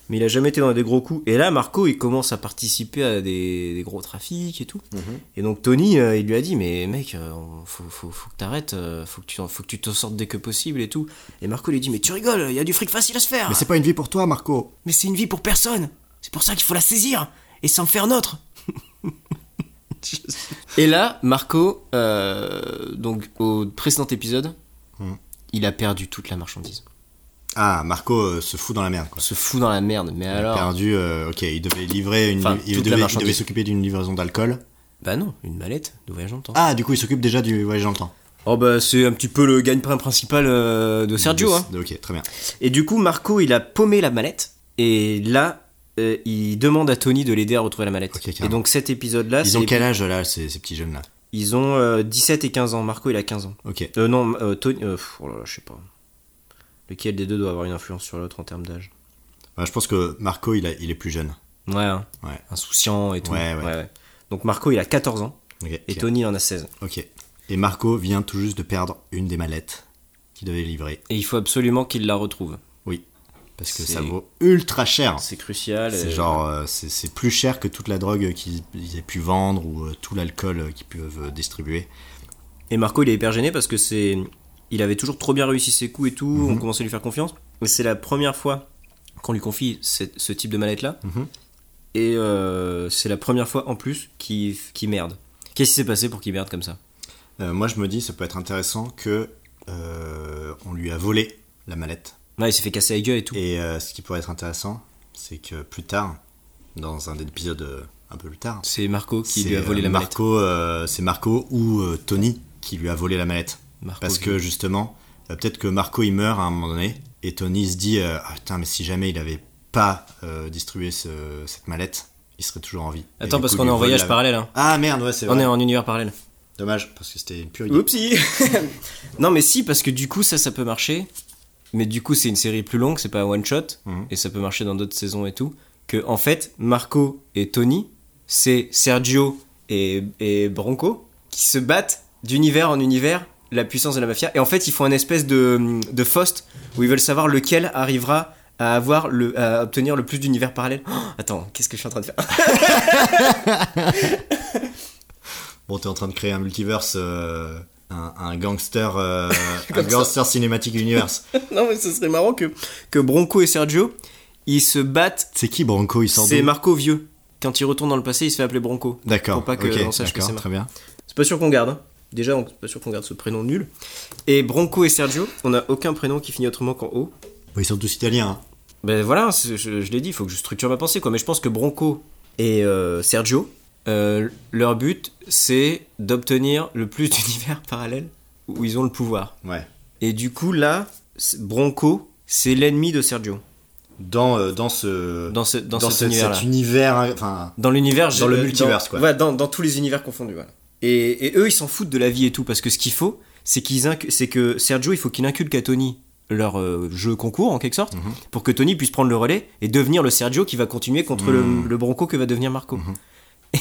Mais il a jamais été dans des gros coups. Et là, Marco, il commence à participer à des, des gros trafics et tout. Mhm. Et donc, Tony, euh, il lui a dit Mais mec, euh, on- faut, faut, faut que t'arrêtes, euh, faut que tu en- faut que tu t'en sortes dès que possible et tout. Et Marco lui dit Mais tu rigoles, il y a du fric facile à se faire. Mais c'est pas une vie pour toi, Marco. Mais c'est une vie pour personne. C'est pour ça qu'il faut la saisir et s'en faire nôtre. et là, Marco, euh, donc au précédent épisode, Hmm. il a perdu toute la marchandise. Ah, Marco euh, se fout dans la merde, On quoi. se fout dans la merde. Mais Il alors a perdu. euh, ok, il devait livrer une. Enfin, il toute la devait- il marchandise. devait s'occuper d'une livraison d'alcool. Bah non, une mallette de voyage dans le temps. Ah, du coup, il s'occupe déjà du voyage dans le temps. Oh bah c'est un petit peu le gagne-pain principal euh, de Sergio. De- Hein. de- Ok, très bien. Et du coup, Marco, il a paumé la mallette et là. euh, il demande à Tony de l'aider à retrouver la mallette. Ok, carrément. et donc cet épisode-là, Ils c'est- ont quel âge là, ces, ces petits jeunes là ils ont euh, 17 et 15 ans. Marco, il a 15 ans. Ok. Euh, non, euh, Tony. euh, pff, oh là là, je sais pas. Lequel des deux doit avoir une influence sur l'autre en termes d'âge Bah, je pense que Marco, il, a- il est plus jeune. Ouais, hein. Ouais. Insouciant et tout. Ouais, ouais. Donc Marco, il a 14 ans Ok. et Tony, il en a 16. Ok. Et Marco vient tout juste de perdre une des mallettes qu'il devait livrer. Et il faut absolument qu'il la retrouve. Oui. Parce que C'est- ça vaut ultra cher. C'est crucial. C'est euh, genre, euh, c'est c'est plus cher que toute la drogue qu'ils ils aient pu vendre ou euh, tout l'alcool euh, qu'ils peuvent euh, distribuer. Et Marco, il est hyper gêné parce que c'est. Il avait toujours trop bien réussi ses coups et tout, Mhm. on commençait à lui faire confiance. Mais c'est la première fois qu'on lui confie cette- ce type de mallette-là. Mhm. Et euh, c'est la première fois en plus qu'il qu'il merde. Qu'est-ce qui s'est passé pour qu'il merde comme ça Euh, moi, je me dis, ça peut être intéressant que euh, on lui a volé la mallette. Ouais, il s'est fait casser la gueule et tout. Et euh, ce qui pourrait être intéressant, c'est que plus tard, dans un épisode euh, un peu plus tard, C'est Marco qui c'est, lui a volé euh, la mallette. Marco, euh, c'est Marco ou euh, Tony qui lui a volé la mallette. Marco Parce qui- que justement, euh, peut-être que Marco il meurt à un moment donné et Tony se dit euh, ah, putain mais si jamais il avait pas euh, distribué ce- cette mallette, il serait toujours en vie. Et Attends, du parce coup, qu'on il est en vole voyage la- parallèle. hein. Ah merde ouais c'est On vrai. est en univers parallèle. Dommage parce que c'était une pure idée. Oupsie Non, mais si, parce que du coup, ça, ça peut marcher. Mais du coup, c'est une série plus longue, c'est pas un one-shot. Mhm. Et ça peut marcher dans d'autres saisons et tout. Que, en fait, Marco et Tony, c'est Sergio et, et Bronco qui se battent d'univers en univers la puissance de la mafia. Et en fait, ils font une espèce de, de Faust où ils veulent savoir lequel arrivera à, avoir le, à obtenir le plus d'univers parallèles. Oh, attends, qu'est-ce que je suis en train de faire Bon t'es en train de créer un multiverse, euh, un, un gangster, euh, un gangster cinématique universe. Non, mais ce serait marrant que, que Bronco et Sergio, ils se battent. C'est qui Bronco il sort C'est d'où Marco vieux. Quand il retourne dans le passé, il se fait appeler Bronco. D'accord. Pour pas que ok, on sache que d'accord, c'est très bien. C'est pas sûr qu'on garde. hein. Déjà, on- c'est pas sûr qu'on garde ce prénom nul. Et Bronco et Sergio, on n'a aucun prénom qui finit autrement qu'en O. Bon, ils sont tous italiens. hein. Ben voilà, c'est- je, je l'ai dit, il faut que je structure ma pensée, quoi. Mais je pense que Bronco et euh, Sergio, euh, leur but, c'est d'obtenir le plus d'univers parallèles où ils ont le pouvoir. Ouais. Et du coup, là, c'est- Bronco, c'est l'ennemi de Sergio. Dans euh, dans ce Dans, ce, dans, dans cet cet, univers-là. cet univers, hein, enfin, Dans l'univers, Dans j'ai- le multiverse, dans- quoi. voilà, dans, dans tous les univers confondus, voilà. Et, et eux, ils s'en foutent de la vie et tout, parce que ce qu'il faut, c'est qu'ils inc- c'est que Sergio, il faut qu'il inculque à Tony leur euh, jeu concours en quelque sorte, Mhm. pour que Tony puisse prendre le relais et devenir le Sergio qui va continuer contre Mhm. le, le Bronco que va devenir Marco.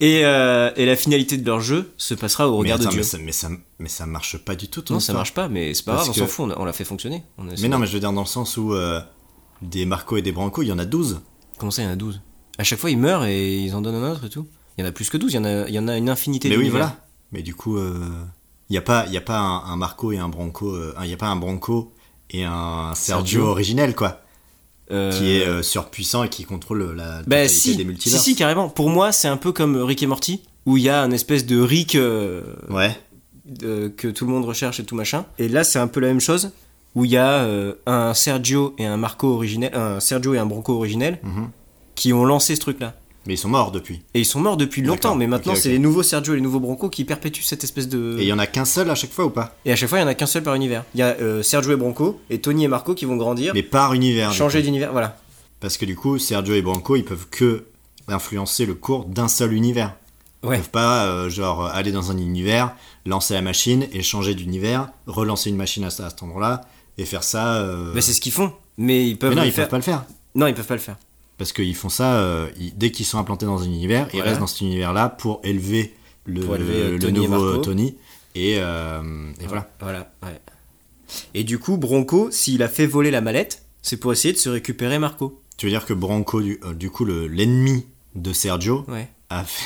et, euh, et la finalité de leur jeu se passera au Mais, regard attends, de Dieu. mais, ça, mais, ça, mais ça marche pas du tout, ton Non, ça histoire. marche pas, mais c'est pas Parce grave, que- on s'en fout, on, a- on l'a fait fonctionner. On a- Mais non, mais je veux dire dans le sens où euh, des Marco et des Branco, il y en a 12. Comment ça, il y en a 12 À chaque fois, ils meurent et ils en donnent un autre et tout. Il y en a plus que 12, il y en a, il y en a une infinité Mais oui, d'univers. voilà. Mais du coup, euh, il n'y a pas, il y a pas un, un Marco et un Branco, euh, il n'y a pas un Branco et un Sergio, Sergio. originel, quoi, Euh, qui est euh, surpuissant et qui contrôle euh, la Bah totalité si, des si, multivers. si, carrément. Pour moi, c'est un peu comme Rick et Morty, où il y a un espèce de Rick euh, Ouais. euh, que tout le monde recherche et tout machin. Et là, c'est un peu la même chose, où il y a euh, un Sergio et un Marco originel, un Sergio et un Bronco originel, Mhm. qui ont lancé ce truc-là. Mais ils sont morts depuis. Et ils sont morts depuis longtemps, D'accord. mais maintenant, Ok, ok. c'est les nouveaux Sergio et les nouveaux Bronco qui perpétuent cette espèce de... Et il y en a qu'un seul à chaque fois ou pas Et à chaque fois, il y en a qu'un seul par univers. Il y a euh, Sergio et Bronco, et Tony et Marco qui vont grandir, Mais par univers. du changer coup. d'univers, voilà. Parce que du coup, Sergio et Branco, ils peuvent que influencer le cours d'un seul univers. Ouais. Ils peuvent pas, euh, genre, aller dans un univers, lancer la machine et changer d'univers, relancer une machine à, ce- à cet endroit-là et faire ça. euh, Bah, c'est ce qu'ils font, mais ils peuvent Mais non, le ils faire. peuvent pas le faire. Non, ils peuvent pas le faire. Parce qu'ils font ça euh, ils- dès qu'ils sont implantés dans un univers, ils Voilà. restent dans cet univers-là pour élever le, Pour élever, euh, le Tony et nouveau Marco. euh, Tony. Et, euh, et voilà. Voilà, ouais. Et du coup, Bronco, s'il a fait voler la mallette, c'est pour essayer de se récupérer Marco. Tu veux dire que Branco, du, euh, du coup, le- l'ennemi de Sergio, Ouais. a fait.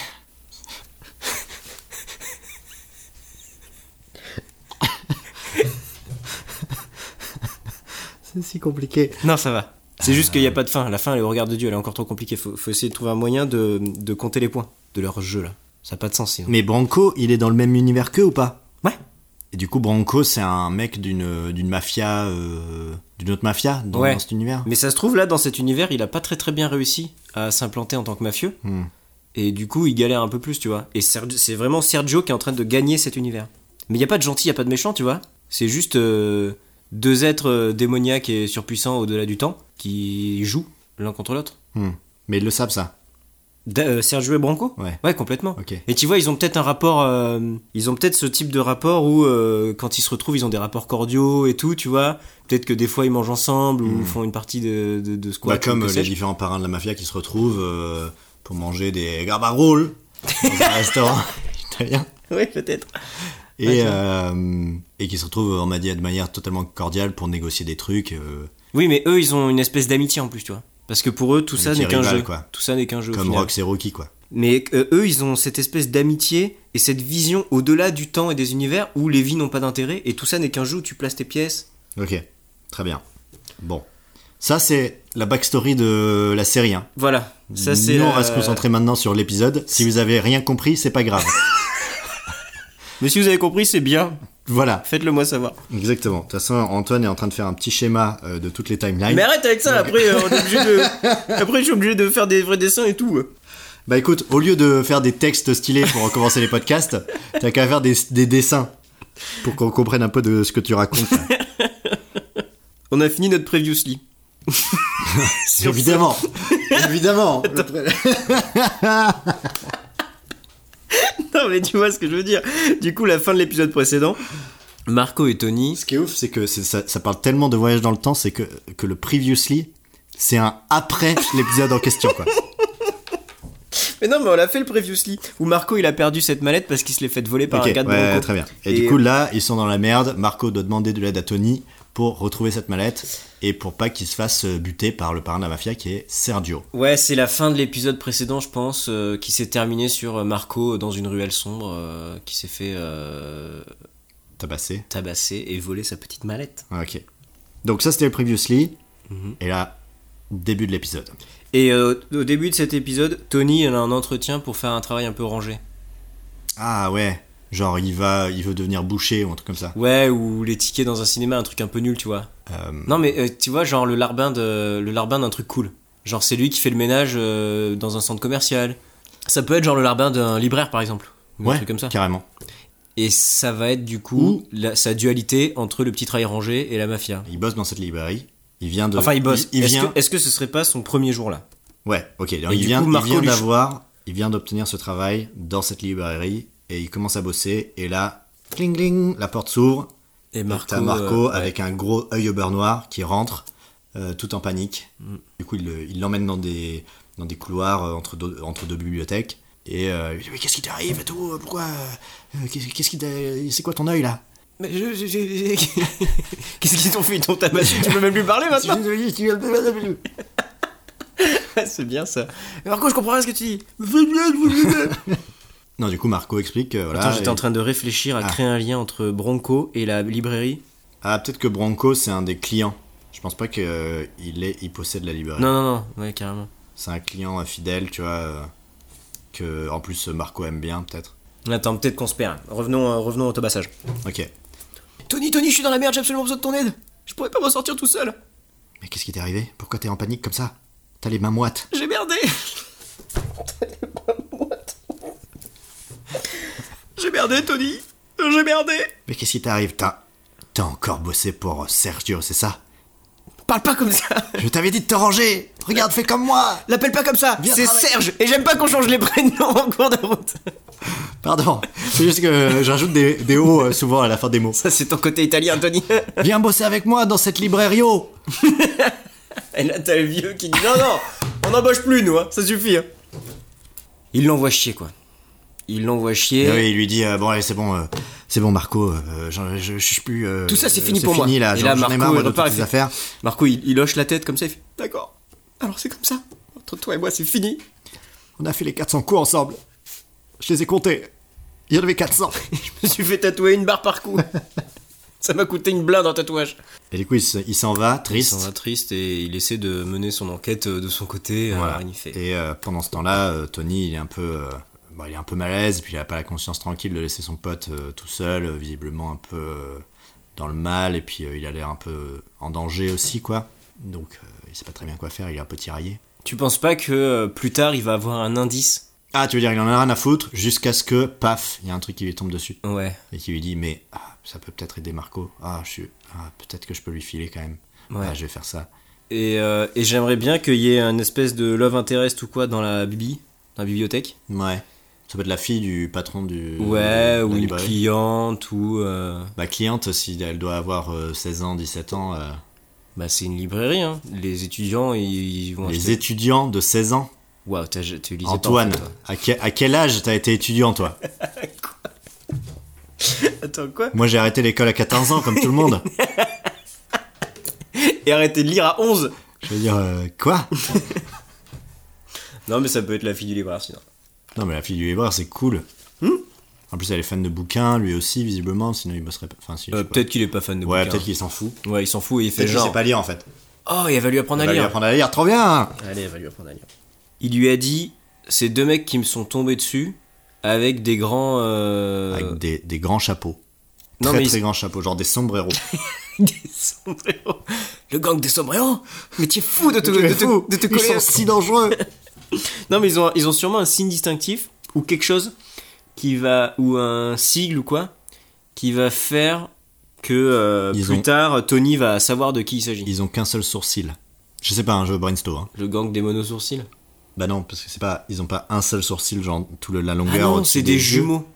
C'est si compliqué. Non, ça va. Ah. C'est juste qu'il n'y a pas de fin. La fin, elle est au regard de Dieu, elle est encore trop compliquée. Faut, faut essayer de trouver un moyen de, de compter les points de leur jeu, là. Ça n'a pas de sens, sinon. Mais Branco, il est dans le même univers qu'eux ou pas Ouais. Et du coup, Branco, c'est un mec d'une d'une mafia. euh, d'une autre mafia dans, Ouais. dans cet univers Mais ça se trouve, là, dans cet univers, il a pas très très bien réussi à s'implanter en tant que mafieux. Hmm. Et du coup, il galère un peu plus, tu vois. Et Sergio- c'est vraiment Sergio qui est en train de gagner cet univers. Mais il n'y a pas de gentil, il n'y a pas de méchant, tu vois. C'est juste euh, deux êtres euh, démoniaques et surpuissants au-delà du temps qui jouent l'un contre l'autre. Hmm. Mais ils le savent, ça. Da- euh, Sergio et Branco Ouais. Ouais, complètement. Ok. Et tu vois, ils ont peut-être un rapport. euh, ils ont peut-être ce type de rapport où, euh, quand ils se retrouvent, ils ont des rapports cordiaux et tout, tu vois. Peut-être que des fois, ils mangent ensemble ou font une partie de, de, de ce qu'on Hmm. Bah, a comme euh, les différents parrains de la mafia qui se retrouvent euh, pour manger des garbarolles dans un restaurant italien. Oui, peut-être. Et, Ouais, tu vois. euh, et qui se retrouvent, on m'a dit, de manière totalement cordiale pour négocier des trucs. euh, Oui, mais eux, ils ont une espèce d'amitié en plus, tu vois. Parce que pour eux, tout Une ça amitié n'est qu'un rivale, jeu. quoi. Tout ça n'est qu'un jeu. au comme final. Rox et Rocky, quoi. Mais euh, eux, ils ont cette espèce d'amitié et cette vision au-delà du temps et des univers où les vies n'ont pas d'intérêt et tout ça n'est qu'un jeu où tu places tes pièces. Ok, très bien. Bon. Ça, c'est la backstory de la série. Hein. Voilà. Ça, c'est. Nous, on va la- se concentrer maintenant sur l'épisode. Si vous avez rien compris, c'est pas grave. Mais si vous avez compris, c'est bien. voilà, Faites-le moi savoir. exactement. De toute façon, Antoine est en train de faire un petit schéma euh, de toutes les timelines. Mais arrête avec ça, après, euh, on est obligé de... après je suis obligé de faire des vrais dessins et tout. Bah écoute, au lieu de faire des textes stylés pour recommencer les podcasts, t'as qu'à faire des, des dessins pour qu'on comprenne un peu de ce que tu racontes. là. On a fini notre previously. Sur ce- évidemment, évidemment. Le pré- Non mais tu vois ce que je veux dire. Du coup, la fin de l'épisode précédent, Marco et Tony... Ce qui est ouf, c'est que c'est- ça, ça parle tellement de voyage dans le temps, c'est que, que le previously, c'est un après l'épisode en question. Quoi. Mais non mais on l'a fait le previously, où Marco il a perdu cette mallette parce qu'il se l'est fait voler par Ok, un gars de ouais, Bronco. très bien. Et, Et- euh, du coup là, ils sont dans la merde. Marco doit demander de l'aide à Tony pour retrouver cette mallette et pour pas qu'il se fasse euh, buter par le parrain de la mafia qui est Sergio. Ouais, c'est la fin de l'épisode précédent, je pense, euh, qui s'est terminé sur euh, Marco dans une ruelle sombre, euh, qui s'est fait euh, Tabassé. tabasser et voler sa petite mallette. Ah, Ok. Donc ça c'était le previously. Mhm. Et là, début de l'épisode. Et euh, au début de cet épisode, Tony elle a un entretien pour faire un travail un peu rangé. Ah ouais. Genre il va, il veut devenir boucher ou un truc comme ça. Ouais, ou les tickets dans un cinéma, un truc un peu nul, tu vois. Euh, Non, mais euh, tu vois, genre le larbin de, le larbin d'un truc cool. Genre c'est lui qui fait le ménage euh, dans un centre commercial. Ça peut être genre le larbin d'un libraire, par exemple. Ou un ouais, truc comme ça. carrément. Et ça va être du coup la- sa dualité entre le petit travail rangé et la mafia. Il bosse dans cette librairie. Il vient de. Enfin, il bosse. Il, il Est-ce vient. que- Est-ce que ce serait pas son premier jour là Ouais. Ok. donc Et il du vient. coup, il Marco vient lui- d'avoir. Il vient d'obtenir ce travail dans cette librairie et il commence à bosser et là, cling cling, la porte s'ouvre Et Marco, T'as Marco euh, avec un gros œil au beurre noir qui rentre, euh, tout en panique. Mm. Du coup, il le- il l'emmène dans des, dans des couloirs euh, entre deux, entre deux bibliothèques. Et euh, il dit Mais qu'est-ce qui t'arrive et tout Pourquoi euh, Qu'est-ce qu'est-ce qui t'a- C'est quoi ton œil là Mais je, je- je- je- Qu'est-ce qu'ils t'ont fait Ils t'ont tabassé, tu peux même plus parler maintenant C'est bien ça. Mais Marco, je comprends rien à ce que tu dis. Non, du coup, Marco explique que, voilà, Attends, j'étais et- en train de réfléchir à Ah. créer un lien entre Bronco et la librairie. Ah, peut-être que Branco, c'est un des clients. Je pense pas qu'il est, il possède la librairie. Non, non, non, ouais, carrément. C'est un client euh, fidèle, tu vois, euh, que en plus euh, Marco aime bien, peut-être. Attends, peut-être qu'on se perd. Revenons, euh, revenons au tabassage. Ok. Tony, Tony, je suis dans la merde, j'ai absolument besoin de ton aide. Je pourrais pas m'en sortir tout seul. Mais qu'est-ce qui t'est arrivé Pourquoi t'es en panique comme ça T'as les mains moites. J'ai merdé. j'ai merdé, Tony. J'ai merdé. Mais qu'est-ce qui t'arrive T'as t'as encore bossé pour euh, Sergio, c'est ça Parle pas comme ça. Je t'avais dit de te ranger. Regarde, fais comme moi. L'appelle pas comme ça. Viens C'est travailler. Serge. Et j'aime pas qu'on change les prénoms en cours de route. Pardon. C'est juste que euh, je rajoute des, des hauts euh, souvent à la fin des mots. Ça, c'est ton côté italien, Tony. Viens bosser avec moi dans cette librairie. oh. Et là, t'as le vieux qui dit Non, non, on n'embauche plus, nous, hein, ça suffit. Hein. Il l'envoie chier, quoi. Il l'envoie chier. Et oui, il lui dit euh, bon allez c'est bon euh, c'est bon Marco euh, je, je- je suis plus euh, Tout ça, c'est euh, fini pour moi. fini, là, Et j'en- là, j'en ai Marco, marre, il moi, de repart, toutes il ces fait- affaires Marco, il, il hoche la tête comme ça, il fait D'accord, alors c'est comme ça. Entre toi et moi, c'est fini. on a fait les 400 coups ensemble je les ai comptés il y en avait 400 Je me suis fait tatouer une barre par coup. ça m'a coûté une blinde en tatouage. et du coup il se- il s'en va triste Il s'en va triste et il essaie de mener son enquête euh, de son côté. euh, Voilà. rien y fait. Et euh, pendant ce temps-là, euh, Tony, il est un peu, euh, bon, il est un peu mal à l'aise, puis il a pas la conscience tranquille de laisser son pote euh, tout seul, euh, visiblement un peu euh, dans le mal, et puis euh, il a l'air un peu en danger aussi, quoi. Donc euh, il sait pas très bien quoi faire, il est un peu tiraillé. Tu penses pas que euh, plus tard, il va avoir un indice Ah, tu veux dire, il en a rien à foutre, jusqu'à ce que, paf, il y a un truc qui lui tombe dessus, Ouais. et qui lui dit, mais ah, ça peut peut-être aider Marco. Ah, je suis, ah, peut-être que je peux lui filer quand même. Ouais. Ah, je vais faire ça. Et, euh, et j'aimerais bien qu'il y ait une espèce de love interest ou quoi dans la bibi, dans la bibliothèque. Ouais. Ça peut être la fille du patron du. de Ouais, Euh, la ou une librairie. cliente, ou. euh, Ma cliente, si elle doit avoir euh, 16 ans, 17 ans, euh, Bah, c'est une librairie, hein. Les étudiants, ils ils vont les acheter. étudiants de 16 ans, Waouh, t'as- tu lisais Antoine, pas. en fait, à, que- à quel âge t'as été étudiant, toi toi. Attends, quoi Moi, j'ai arrêté l'école à 14 ans, comme tout le monde. Et arrêtez de lire à 11 Je veux dire, euh, quoi Non, mais ça peut être la fille du libraire, sinon. Non, mais la fille du libraire, c'est cool. Hmm? en plus, elle est fan de bouquins, lui aussi, visiblement, sinon il bosserait pas. Enfin, si, je sais pas. Euh, peut-être qu'il est pas fan de Ouais, bouquins. peut-être qu'il s'en fout. Ouais, il s'en fout et il fait Peut-être qu'il genre. sait pas lire, en fait. Oh, il va lui apprendre Il à va lui lire. apprendre à lire, trop bien Allez, elle va lui apprendre à lire. Il lui a dit ces deux mecs qui me sont tombés dessus avec des grands. euh, Avec des, des grands chapeaux. Non, très mais ils- très grands chapeaux, genre des sombreros. des sombreros. Le gang des sombreros Mais tu es fou de te, Tu es de te- fou de te Ils coller sont à- si dangereux Non, mais ils ont, ils ont sûrement un signe distinctif ou quelque chose qui va ou un sigle ou quoi qui va faire que euh, Ils plus ont- tard Tony va savoir de qui il s'agit. Ils ont qu'un seul sourcil. Je sais pas, un jeu brainstorm. Hein. Le gang des monosourcils. Bah non, parce que c'est pas, ils ont pas un seul sourcil, genre tout le, la Ah longueur. non, au-dessus c'est des, des yeux. jumeaux.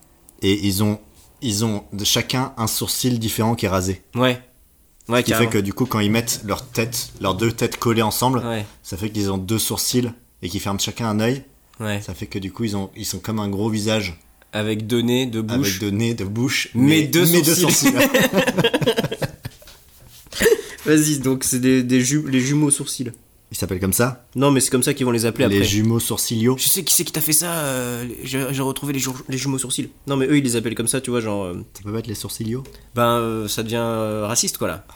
Et ils ont, ils ont de- chacun un sourcil différent qui est rasé. Ouais. Ouais, Ce qui fait carrément. que du coup, quand ils mettent leurs têtes, leurs deux têtes collées ensemble, Ouais. ça fait qu'ils ont deux sourcils et qu'ils ferment chacun un œil. Ouais. Ça fait que du coup, ils ont, ils sont comme un gros visage Avec deux nez, deux avec bouches. deux nez, deux bouches, Mais deux sourcils. sourcils. Vas-y, donc c'est des, des ju- les jumeaux sourcils. ils s'appellent comme ça. Non, mais c'est comme ça qu'ils vont les appeler les après. jumeaux sourciliaux. Je sais qui c'est qui t'a fait ça. euh, J'ai j'ai retrouvé les, jour- les jumeaux sourcils. Non, mais eux ils les appellent comme ça, tu vois, genre. euh, Ça peut pas être les sourciliaux. Ben, euh, ça devient euh, raciste, quoi, là.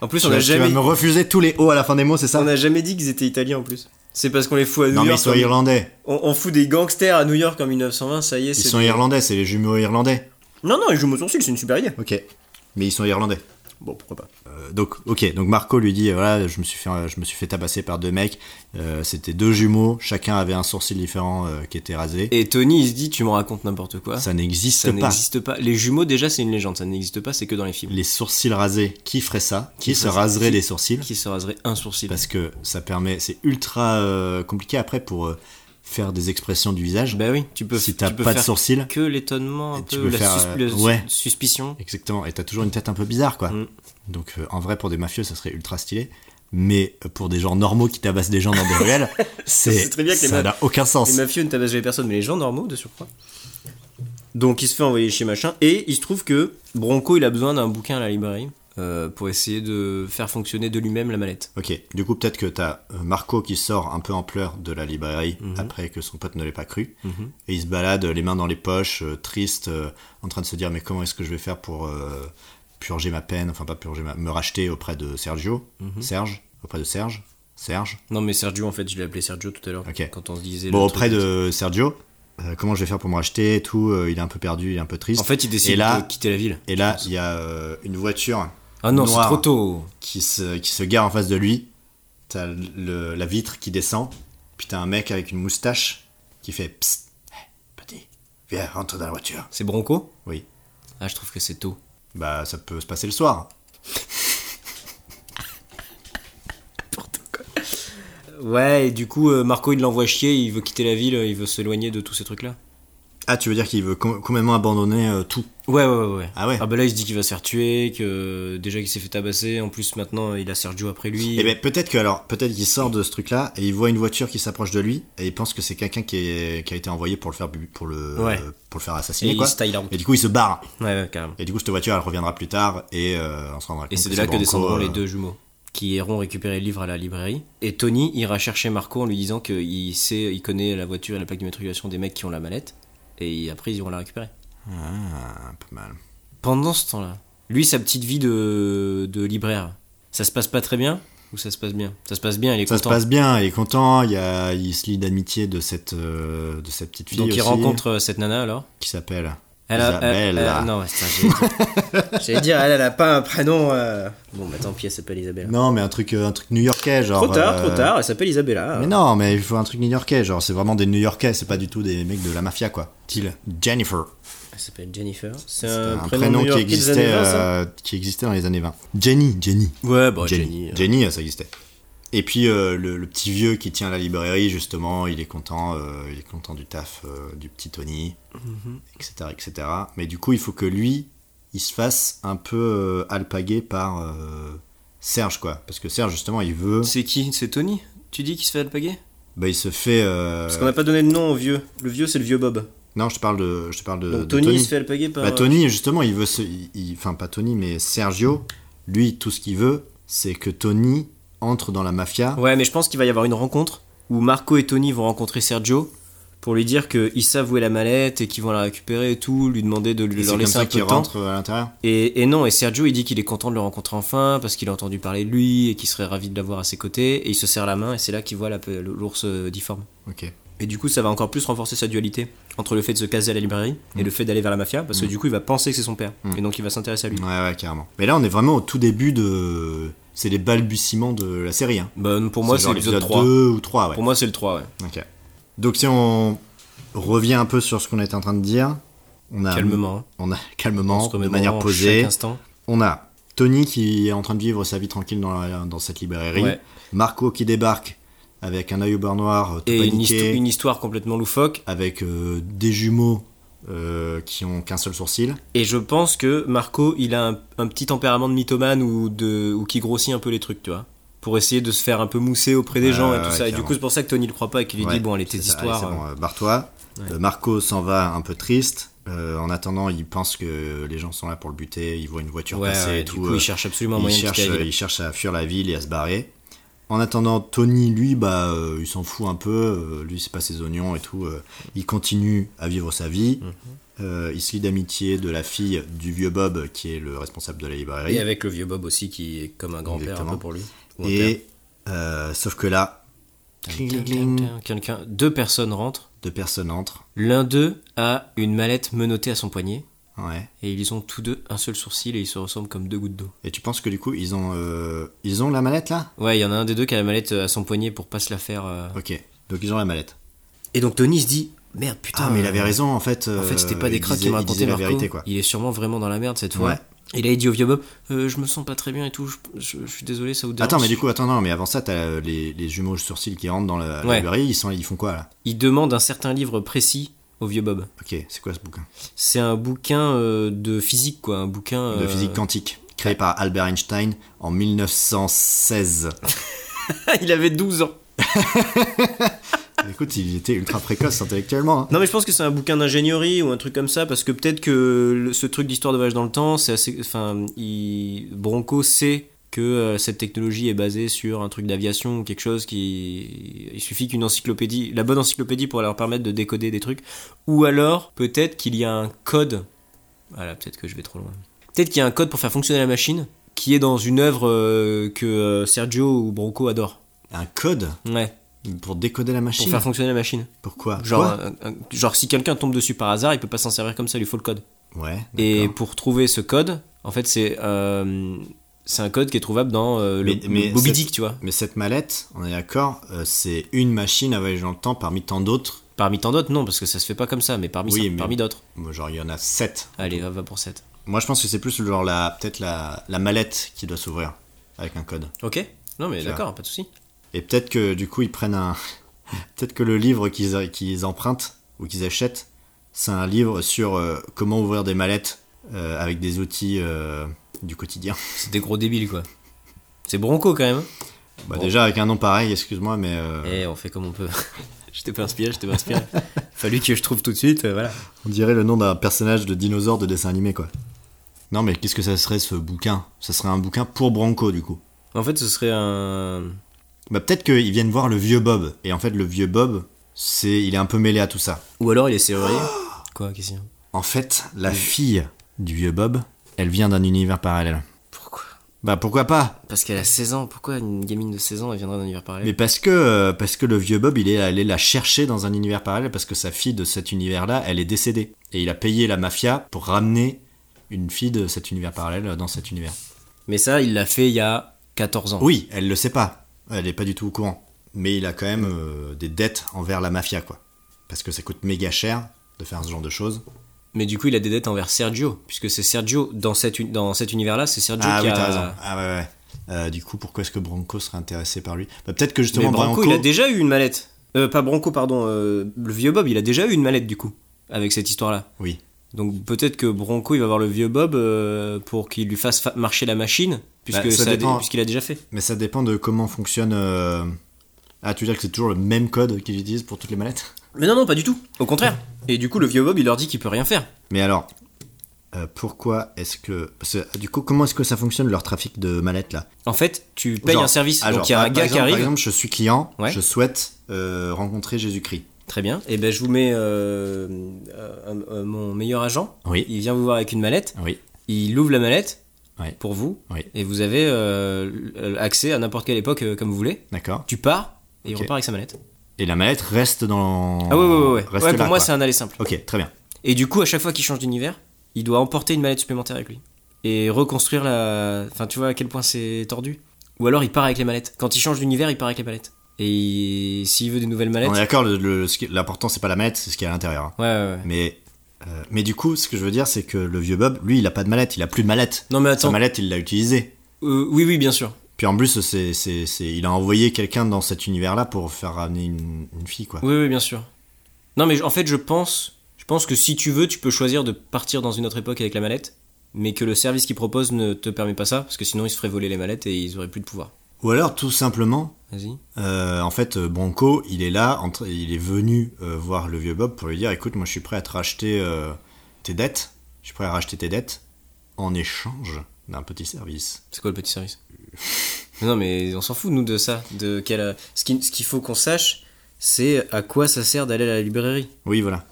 En plus, Tu, on vas- n'a tu vas jamais, me refuser tous les hauts à la fin des mots, c'est ça on a jamais dit qu'ils étaient italiens, en plus. C'est parce qu'on les fout à New Non, mais ils York. sont comme- irlandais. on, on fout des gangsters à New York en 1920, ça y est. Ils c'est sont des- irlandais, c'est les jumeaux irlandais. Non, non, ils jouent aux sourcils, c'est une super idée. Ok. Mais ils sont irlandais. Bon, pourquoi pas. Euh, donc, ok, donc Marco lui dit, euh, voilà, je me suis fait, euh, je me suis fait tabasser par deux mecs. Euh, C'était deux jumeaux, chacun avait un sourcil différent euh, qui était rasé. Et Tony, il se dit, tu me racontes n'importe quoi. ça n'existe Ça pas. n'existe pas. Les jumeaux, déjà, c'est une légende. Ça n'existe pas, c'est que dans les films. Les sourcils rasés, qui ferait ça Qui, Qui se ferait ça raserait Qui- les sourcils Qui se raserait un sourcil. Parce que ça permet, c'est ultra euh, compliqué après pour euh, faire des expressions du visage. Bah oui, tu peux. si tu t'as peux pas de faire sourcils, Que l'étonnement, un tu peu peux la, faire, sus- euh, le sus- ouais. suspicion. exactement, et t'as toujours une tête un peu bizarre, quoi. Mm. Donc euh, en vrai, pour des mafieux, ça serait ultra stylé. Mais euh, pour des gens normaux qui tabassent des gens dans des ruelles, C'est c'est très bien que les ça ma- n'a aucun Les sens. mafieux ne tabassent jamais personne, mais les gens normaux, de surcroît. Donc il se fait envoyer chez machin, et il se trouve que Bronco, il a besoin d'un bouquin à la librairie euh, pour essayer de faire fonctionner de lui-même la mallette. Ok, du coup peut-être que t'as euh, Marco qui sort un peu en pleurs de la librairie Mhm. après que son pote ne l'ait pas cru, et il se balade euh, les mains dans les poches, euh, triste, euh, en train de se dire mais comment est-ce que je vais faire pour euh, purger ma peine, enfin pas purger, ma... me racheter auprès de Sergio, Mhm. Serge, auprès de Serge, Serge, Non, mais Sergio, en fait, je l'ai appelé Sergio tout à l'heure, Ok. quand on se disait... bon le auprès truc. de Sergio, euh, comment je vais faire pour me racheter et tout, euh, il est un peu perdu, il est un peu triste, En fait, il Et décide là- de quitter la ville. et là il y a euh, une voiture Ah non, c'est Noir. trop tôt qui se, qui se gare en face de lui. T'as le- la vitre qui descend. Puis t'as un mec avec une moustache qui fait Psst, hé, petit, viens, rentre dans la voiture. C'est Bronco Oui. Ah, je trouve que c'est tôt. Bah, ça peut se passer le soir. Ouais, et du coup, euh, Marco, il l'envoie chier, il veut quitter la ville, euh, il veut s'éloigner de tous ces trucs-là. Ah, tu veux dire qu'il veut com- complètement abandonner euh, tout Ouais, ouais, ouais, ouais. Ah ouais Ah bah là, il se dit qu'il va se faire tuer, que euh, déjà qu'il s'est fait tabasser, en plus maintenant, il a Sergio après lui. Eh ben, peut-être que alors, peut-être qu'il sort de ce truc-là et il voit une voiture qui s'approche de lui et il pense que c'est quelqu'un qui, est- qui a été envoyé pour le faire bu- pour le Ouais. euh, pour le faire et assassiner il quoi. se taille la route. Et du coup, il se barre. Ouais, ouais, carrément. Et du coup, cette voiture, elle reviendra plus tard et euh, on se rendra compte. Et c'est de que là que Branco, descendront les euh, deux jumeaux, qui iront récupérer le livre à la librairie. Et Tony ira chercher Marco en lui disant qu'il sait, il connaît la voiture et la plaque d'immatriculation des mecs qui ont la mallette, et après, ils iront la récupérer. Ah, pas mal. Pendant ce temps-là, lui, sa petite vie de, de libraire, ça se passe pas très bien ou ça se passe bien Ça se passe bien, il est Ça se content. passe bien, il est content, il, y a, il se lie d'amitié de cette, euh, de cette petite fille Donc aussi, il rencontre euh, cette nana alors qui s'appelle... Elle a- Isabelle. elle- elle- non, ouais, putain, j'allais dire- j'allais dire, elle, elle a pas un prénom. euh. Bon, bah tant pis, elle s'appelle Isabelle. Non, mais un truc, euh, un truc new-yorkais, genre... trop tard, euh, trop tard, elle s'appelle Isabella. Mais non, mais il faut un truc new-yorkais, genre c'est vraiment des new-yorkais, c'est pas du tout des mecs de la mafia, quoi. Style Jennifer, Elle s'appelle Jennifer. C'est C'est un, un Euh, prénom, qui new-yorkais des existait, années 20, ça euh, qui existait dans les années 20. Jenny, Jenny. Ouais, bah Jenny. Jenny, euh. Jenny, ça existait. Et puis euh, le, le petit vieux qui tient la librairie, justement, il est content, euh, il est content du taf euh, du petit Tony, Mm-hmm. etc., etc. Mais du coup, il faut que lui, il se fasse un peu euh, alpaguer par euh, Serge, quoi. Parce que Serge, justement, il veut, C'est qui C'est Tony Tu dis qu'il se fait alpaguer bah, il se fait. euh, Parce qu'on n'a pas donné de nom au vieux. Le vieux, c'est le vieux Bob. Non, je te parle de, je te parle euh, de, Donc de Tony, il se fait alpaguer par. euh, Bah, Tony, justement, il veut se. il- il- Enfin, pas Tony, mais Sergio, lui, tout ce qu'il veut, c'est que Tony entre dans la mafia. Ouais, mais je pense qu'il va y avoir une rencontre où Marco et Tony vont rencontrer Sergio pour lui dire qu'ils savent où est la mallette et qu'ils vont la récupérer et tout, lui demander de lui Et c'est leur comme laisser un ça peu qu'il de temps. rentre euh, à l'intérieur. Et, et non, et Sergio il dit qu'il est content de le rencontrer enfin parce qu'il a entendu parler de lui et qu'il serait ravi de l'avoir à ses côtés et il se serre la main et c'est là qu'il voit la pe- l'ours euh, difforme. Ok. Et du coup, ça va encore plus renforcer sa dualité entre le fait de se caser à la librairie et le fait d'aller vers la mafia parce que du coup, il va penser que c'est son père Mm. et donc il va s'intéresser à lui. Ouais, ouais, carrément. Mais là, on est vraiment au tout début de. C'est les balbutiements de la série. Hein. Bah, pour moi, c'est genre l'épisode 3. 2 ou 3, ouais. Pour moi, c'est le 3, ouais. Ok. Donc, si on revient un peu sur ce qu'on était en train de dire, on a. Calmement, hein. On a On calmement, se de remémore manière posée. Chaque instant. On a Tony qui est en train de vivre sa vie tranquille dans, la- dans cette librairie. Ouais. Marco qui débarque avec un œil au beurre noir, euh, tout Et une, histo- paniqué, une histoire complètement loufoque. avec euh, des jumeaux euh, qui ont qu'un seul sourcil. Et je pense que Marco, il a un, un petit tempérament de mythomane ou, de, ou qui grossit un peu les trucs, tu vois. Pour essayer de se faire un peu mousser auprès des Ouais, gens et ouais, tout ça. Et du clairement. coup, c'est pour ça que Tony le croit pas et qu'il lui Ouais, dit Bon, allez, tes c'est ça. histoires. Allez, c'est euh, bon, euh, barre-toi. Ouais. Euh, Marco s'en va un peu triste. Euh, en attendant, il pense que les gens sont là pour le buter. Il voit une voiture ouais, passer ouais, et du tout. coup, euh, il cherche absolument un il moyen de cherche, euh, quitter la ville. il cherche à fuir la ville et à se barrer. En attendant, Tony, lui, bah, euh, il s'en fout un peu. Euh, lui, c'est pas ses oignons et tout. euh, il continue à vivre sa vie. Mhm. Euh, il se lie d'amitié de la fille du vieux Bob, qui est le responsable de la librairie. Et avec le vieux Bob aussi, qui est comme un grand-père un Exactement. peu pour lui. Ou un père. Et, euh, sauf que là, cling, cling, cling, Quelqu'un, deux personnes rentrent. deux personnes entrent. L'un d'eux a une mallette menottée à son poignet. Ouais. Et ils ont tous deux un seul sourcil et ils se ressemblent comme deux gouttes d'eau. Et tu penses que du coup, ils ont, euh, ils ont la mallette là Ouais, il y en a un des deux qui a la mallette euh, à son poignet pour pas se la faire. euh. Ok, donc ils ont la mallette. Et donc Tony se dit Merde, putain. Ah, mais il euh, avait raison en fait. euh, En fait, c'était pas des cracks qui qui m'a raconté la Marco. vérité quoi. Il est sûrement vraiment dans la merde cette fois. Ouais. Et là, il dit au vieux Bob Euh, Je me sens pas très bien et tout, je, je- je suis désolé, ça vous dérange. Attends, mais du coup, attends, non, mais avant ça, t'as euh, les, les jumeaux sourcils qui rentrent dans la la Ouais. librairie, ils, sont, ils font quoi là Il demande un certain livre précis au vieux Bob. Ok, c'est quoi ce bouquin C'est un bouquin euh, de physique, quoi. Un bouquin. De euh, physique quantique, créé par Albert Einstein en 1916. il avait 12 ans. Écoute, il était ultra précoce intellectuellement. hein. Non, mais je pense que c'est un bouquin d'ingénierie ou un truc comme ça, parce que peut-être que le- ce truc d'histoire de voyage dans le temps, c'est assez. Enfin, il- Bronco sait que euh, cette technologie est basée sur un truc d'aviation ou quelque chose qui. Il suffit qu'une encyclopédie, la bonne encyclopédie pour leur permettre de décoder des trucs. Ou alors, peut-être qu'il y a un code. Voilà, peut-être que je vais trop loin. Peut-être qu'il y a un code pour faire fonctionner la machine qui est dans une œuvre euh, que euh, Sergio ou Bronco adore. Un code Ouais, pour décoder la pour machine. faire fonctionner la machine. Pourquoi Genre, Quoi un- un- genre si quelqu'un tombe dessus par hasard, il peut pas s'en servir comme ça, il lui faut le code. Ouais. euh, Et d'accord. pour trouver ce code, en fait, c'est euh, c'est un code qui est trouvable dans euh, le Mais- mais Moby cette- Dick, tu vois, Mais cette mallette, on est d'accord, euh, c'est une machine à voyager dans le temps parmi tant d'autres. parmi tant d'autres, non, parce que ça se fait pas comme ça, mais parmi Oui, ça- mais- parmi d'autres. Bon, Genre, il y en a sept. Allez, va pour 7. Moi, je pense que c'est plus genre la peut-être la, la mallette qui doit s'ouvrir avec un code. Ok. Non mais Ça va. d'accord, pas de souci. Et peut-être que du coup, ils prennent un. peut-être que le livre qu'ils qu'ils empruntent ou qu'ils achètent, c'est un livre sur euh, comment ouvrir des mallettes euh, avec des outils euh, du quotidien. C'est des gros débiles quoi. C'est Bronco quand même. Bah, Bon. Déjà, avec un nom pareil, excuse-moi, mais. euh, Et on fait comme on peut. j'étais pas inspiré, j'étais pas inspiré. Fallu que je trouve tout de suite, euh, voilà. On dirait le nom d'un personnage de dinosaure de dessin animé, quoi. Non, mais qu'est-ce que ça serait ce bouquin Ça serait un bouquin pour Branco, du coup. En fait, ce serait un Bah, peut-être qu'ils viennent voir le vieux Bob. Et en fait, le vieux Bob, c'est, il est un peu mêlé à tout ça. ou alors il est serrurier. quoi, qu'est-ce qu'il y a En fait, Mm. la fille du vieux Bob, elle vient d'un univers parallèle. Pourquoi Bah, pourquoi pas Parce qu'elle a 16 ans, pourquoi une gamine de 16 ans elle viendrait d'un univers parallèle Mais parce que, euh, parce que le vieux Bob, il est allé la chercher dans un univers parallèle parce que sa fille de cet univers-là, elle est décédée. Et il a payé la mafia pour ramener une fille de cet univers parallèle dans cet univers. Mais ça, il l'a fait il y a 14 ans. Oui, elle le sait pas. Elle est pas du tout au courant. Mais il a quand même euh, des dettes envers la mafia, quoi. Parce que ça coûte méga cher de faire ce genre de choses. Mais du coup, il a des dettes envers Sergio, puisque c'est Sergio, dans, cet uni- dans cet univers-là, c'est Sergio Ah qui oui, a... t'as raison. Ah ouais, ouais. Euh, du coup, pourquoi est-ce que Bronco serait intéressé par lui Bah, Peut-être que Mais justement Branco, Bronco. il a déjà eu une mallette. Euh, pas Branco, pardon, euh, le vieux Bob, il a déjà eu une mallette, du coup, avec cette histoire-là. Oui. Donc peut-être que Bronco, il va voir le vieux Bob euh, pour qu'il lui fasse fa- marcher la machine, puisque Bah, ça ça a dé- dépend. puisqu'il a déjà fait. Mais ça dépend de comment fonctionne. euh, Ah, tu veux dire que c'est toujours le même code qu'ils utilisent pour toutes les mallettes Mais non, non, pas du tout. Au contraire. Et du coup, le vieux Bob, il leur dit qu'il peut rien faire. Mais alors, euh, pourquoi est-ce que. Parce que, du coup, comment est-ce que ça fonctionne leur trafic de mallettes là En fait, tu payes Genre- un service. Ah, genre, Donc il y a par- un par gars exemple- qui arrive. Par exemple, je suis client, Ouais. je souhaite euh, rencontrer Jésus-Christ. Très bien. Et ben je vous mets euh, euh, un- euh, mon meilleur agent. Oui. Il vient vous voir avec une mallette. Oui. Il ouvre la mallette Ouais. pour vous. Oui. Et vous avez euh, accès à n'importe quelle époque euh, comme vous voulez. D'accord. Tu pars et il Ok. repart avec sa mallette. Et la mallette reste dans. Ah ouais ouais ouais. ouais. Reste Ouais, pour là, moi quoi. c'est un aller simple. Ok, très bien. Et du coup à chaque fois qu'il change d'univers, il doit emporter une mallette supplémentaire avec lui et reconstruire la. Enfin tu vois à quel point c'est tordu. Ou alors il part avec les mallettes. Quand il change d'univers, il part avec les mallettes. Et il- s'il veut des nouvelles mallettes. On est d'accord, le- le- ce qui- l'important c'est pas la mallette, c'est ce qui est à l'intérieur. hein. Ouais, ouais, ouais. Mais, euh, mais du coup, ce que je veux dire, c'est que le vieux Bob, lui, il a pas de mallette, il a plus de mallette. Non mais Sa attends. mallette, il l'a utilisée. Euh, oui oui bien sûr. Puis en plus, c'est, c'est, c'est- il a envoyé quelqu'un dans cet univers-là pour faire ramener une, une fille, quoi. Oui, oui, bien sûr. Non, mais je- en fait, je pense, je pense que si tu veux, tu peux choisir de partir dans une autre époque avec la mallette, mais que le service qu'ils proposent ne te permet pas ça, parce que sinon ils se feraient voler les mallettes et ils auraient plus de pouvoir. Ou alors, tout simplement, Vas-y. euh, en fait, euh, Bronco, il est là, entre- il est venu euh, voir le vieux Bob pour lui dire, écoute, moi, je suis prêt à te racheter euh, tes dettes, je suis prêt à racheter tes dettes en échange d'un petit service. C'est quoi le petit service Non, mais on s'en fout, nous, de ça. De quelle... Ce qui- ce qu'il faut qu'on sache, c'est à quoi ça sert d'aller à la librairie. Oui, voilà.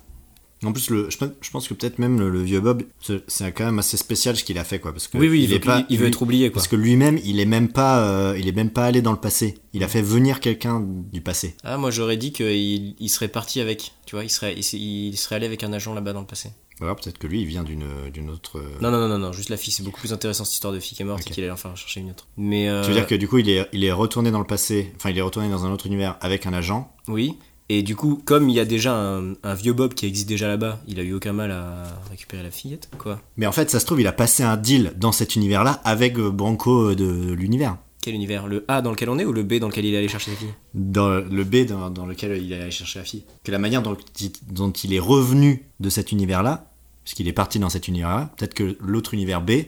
En plus, le, je, pense- je pense que peut-être même le, le vieux Bob, c'est- c'est quand même assez spécial ce qu'il a fait, quoi. Parce que Oui, oui, il, veut, est pas- il veut lui- être oublié, quoi. Parce que lui-même, il est même pas, euh, il est même pas allé dans le passé. Il a fait venir quelqu'un du passé. Ah, moi j'aurais dit qu'il il serait parti avec, tu vois, il serait, il, il serait allé avec un agent là-bas dans le passé. Ou Alors peut-être que lui, il vient d'une, d'une autre. euh, Non, non, non, non, non, juste la fille, c'est beaucoup plus intéressant cette histoire de fille qui est morte Ok. et qu'il allait en faire chercher une autre. Mais. Tu euh, veux dire que du coup, il est, il est retourné dans le passé. Enfin, il est retourné dans un autre univers avec un agent. Oui, Et du coup, comme il y a déjà un, un vieux Bob qui existe déjà là-bas, il a eu aucun mal à récupérer la fillette, quoi. Mais en fait, ça se trouve, il a passé un deal dans cet univers-là avec euh, Branco euh, de l'univers. Quel univers Le A dans lequel on est ou le B dans lequel il est allé chercher la fille Dans le B dans, dans lequel il est allé chercher la fille. Que la manière dont, il- dont il est revenu de cet univers-là, puisqu'il est parti dans cet univers-là, peut-être que l'autre univers B,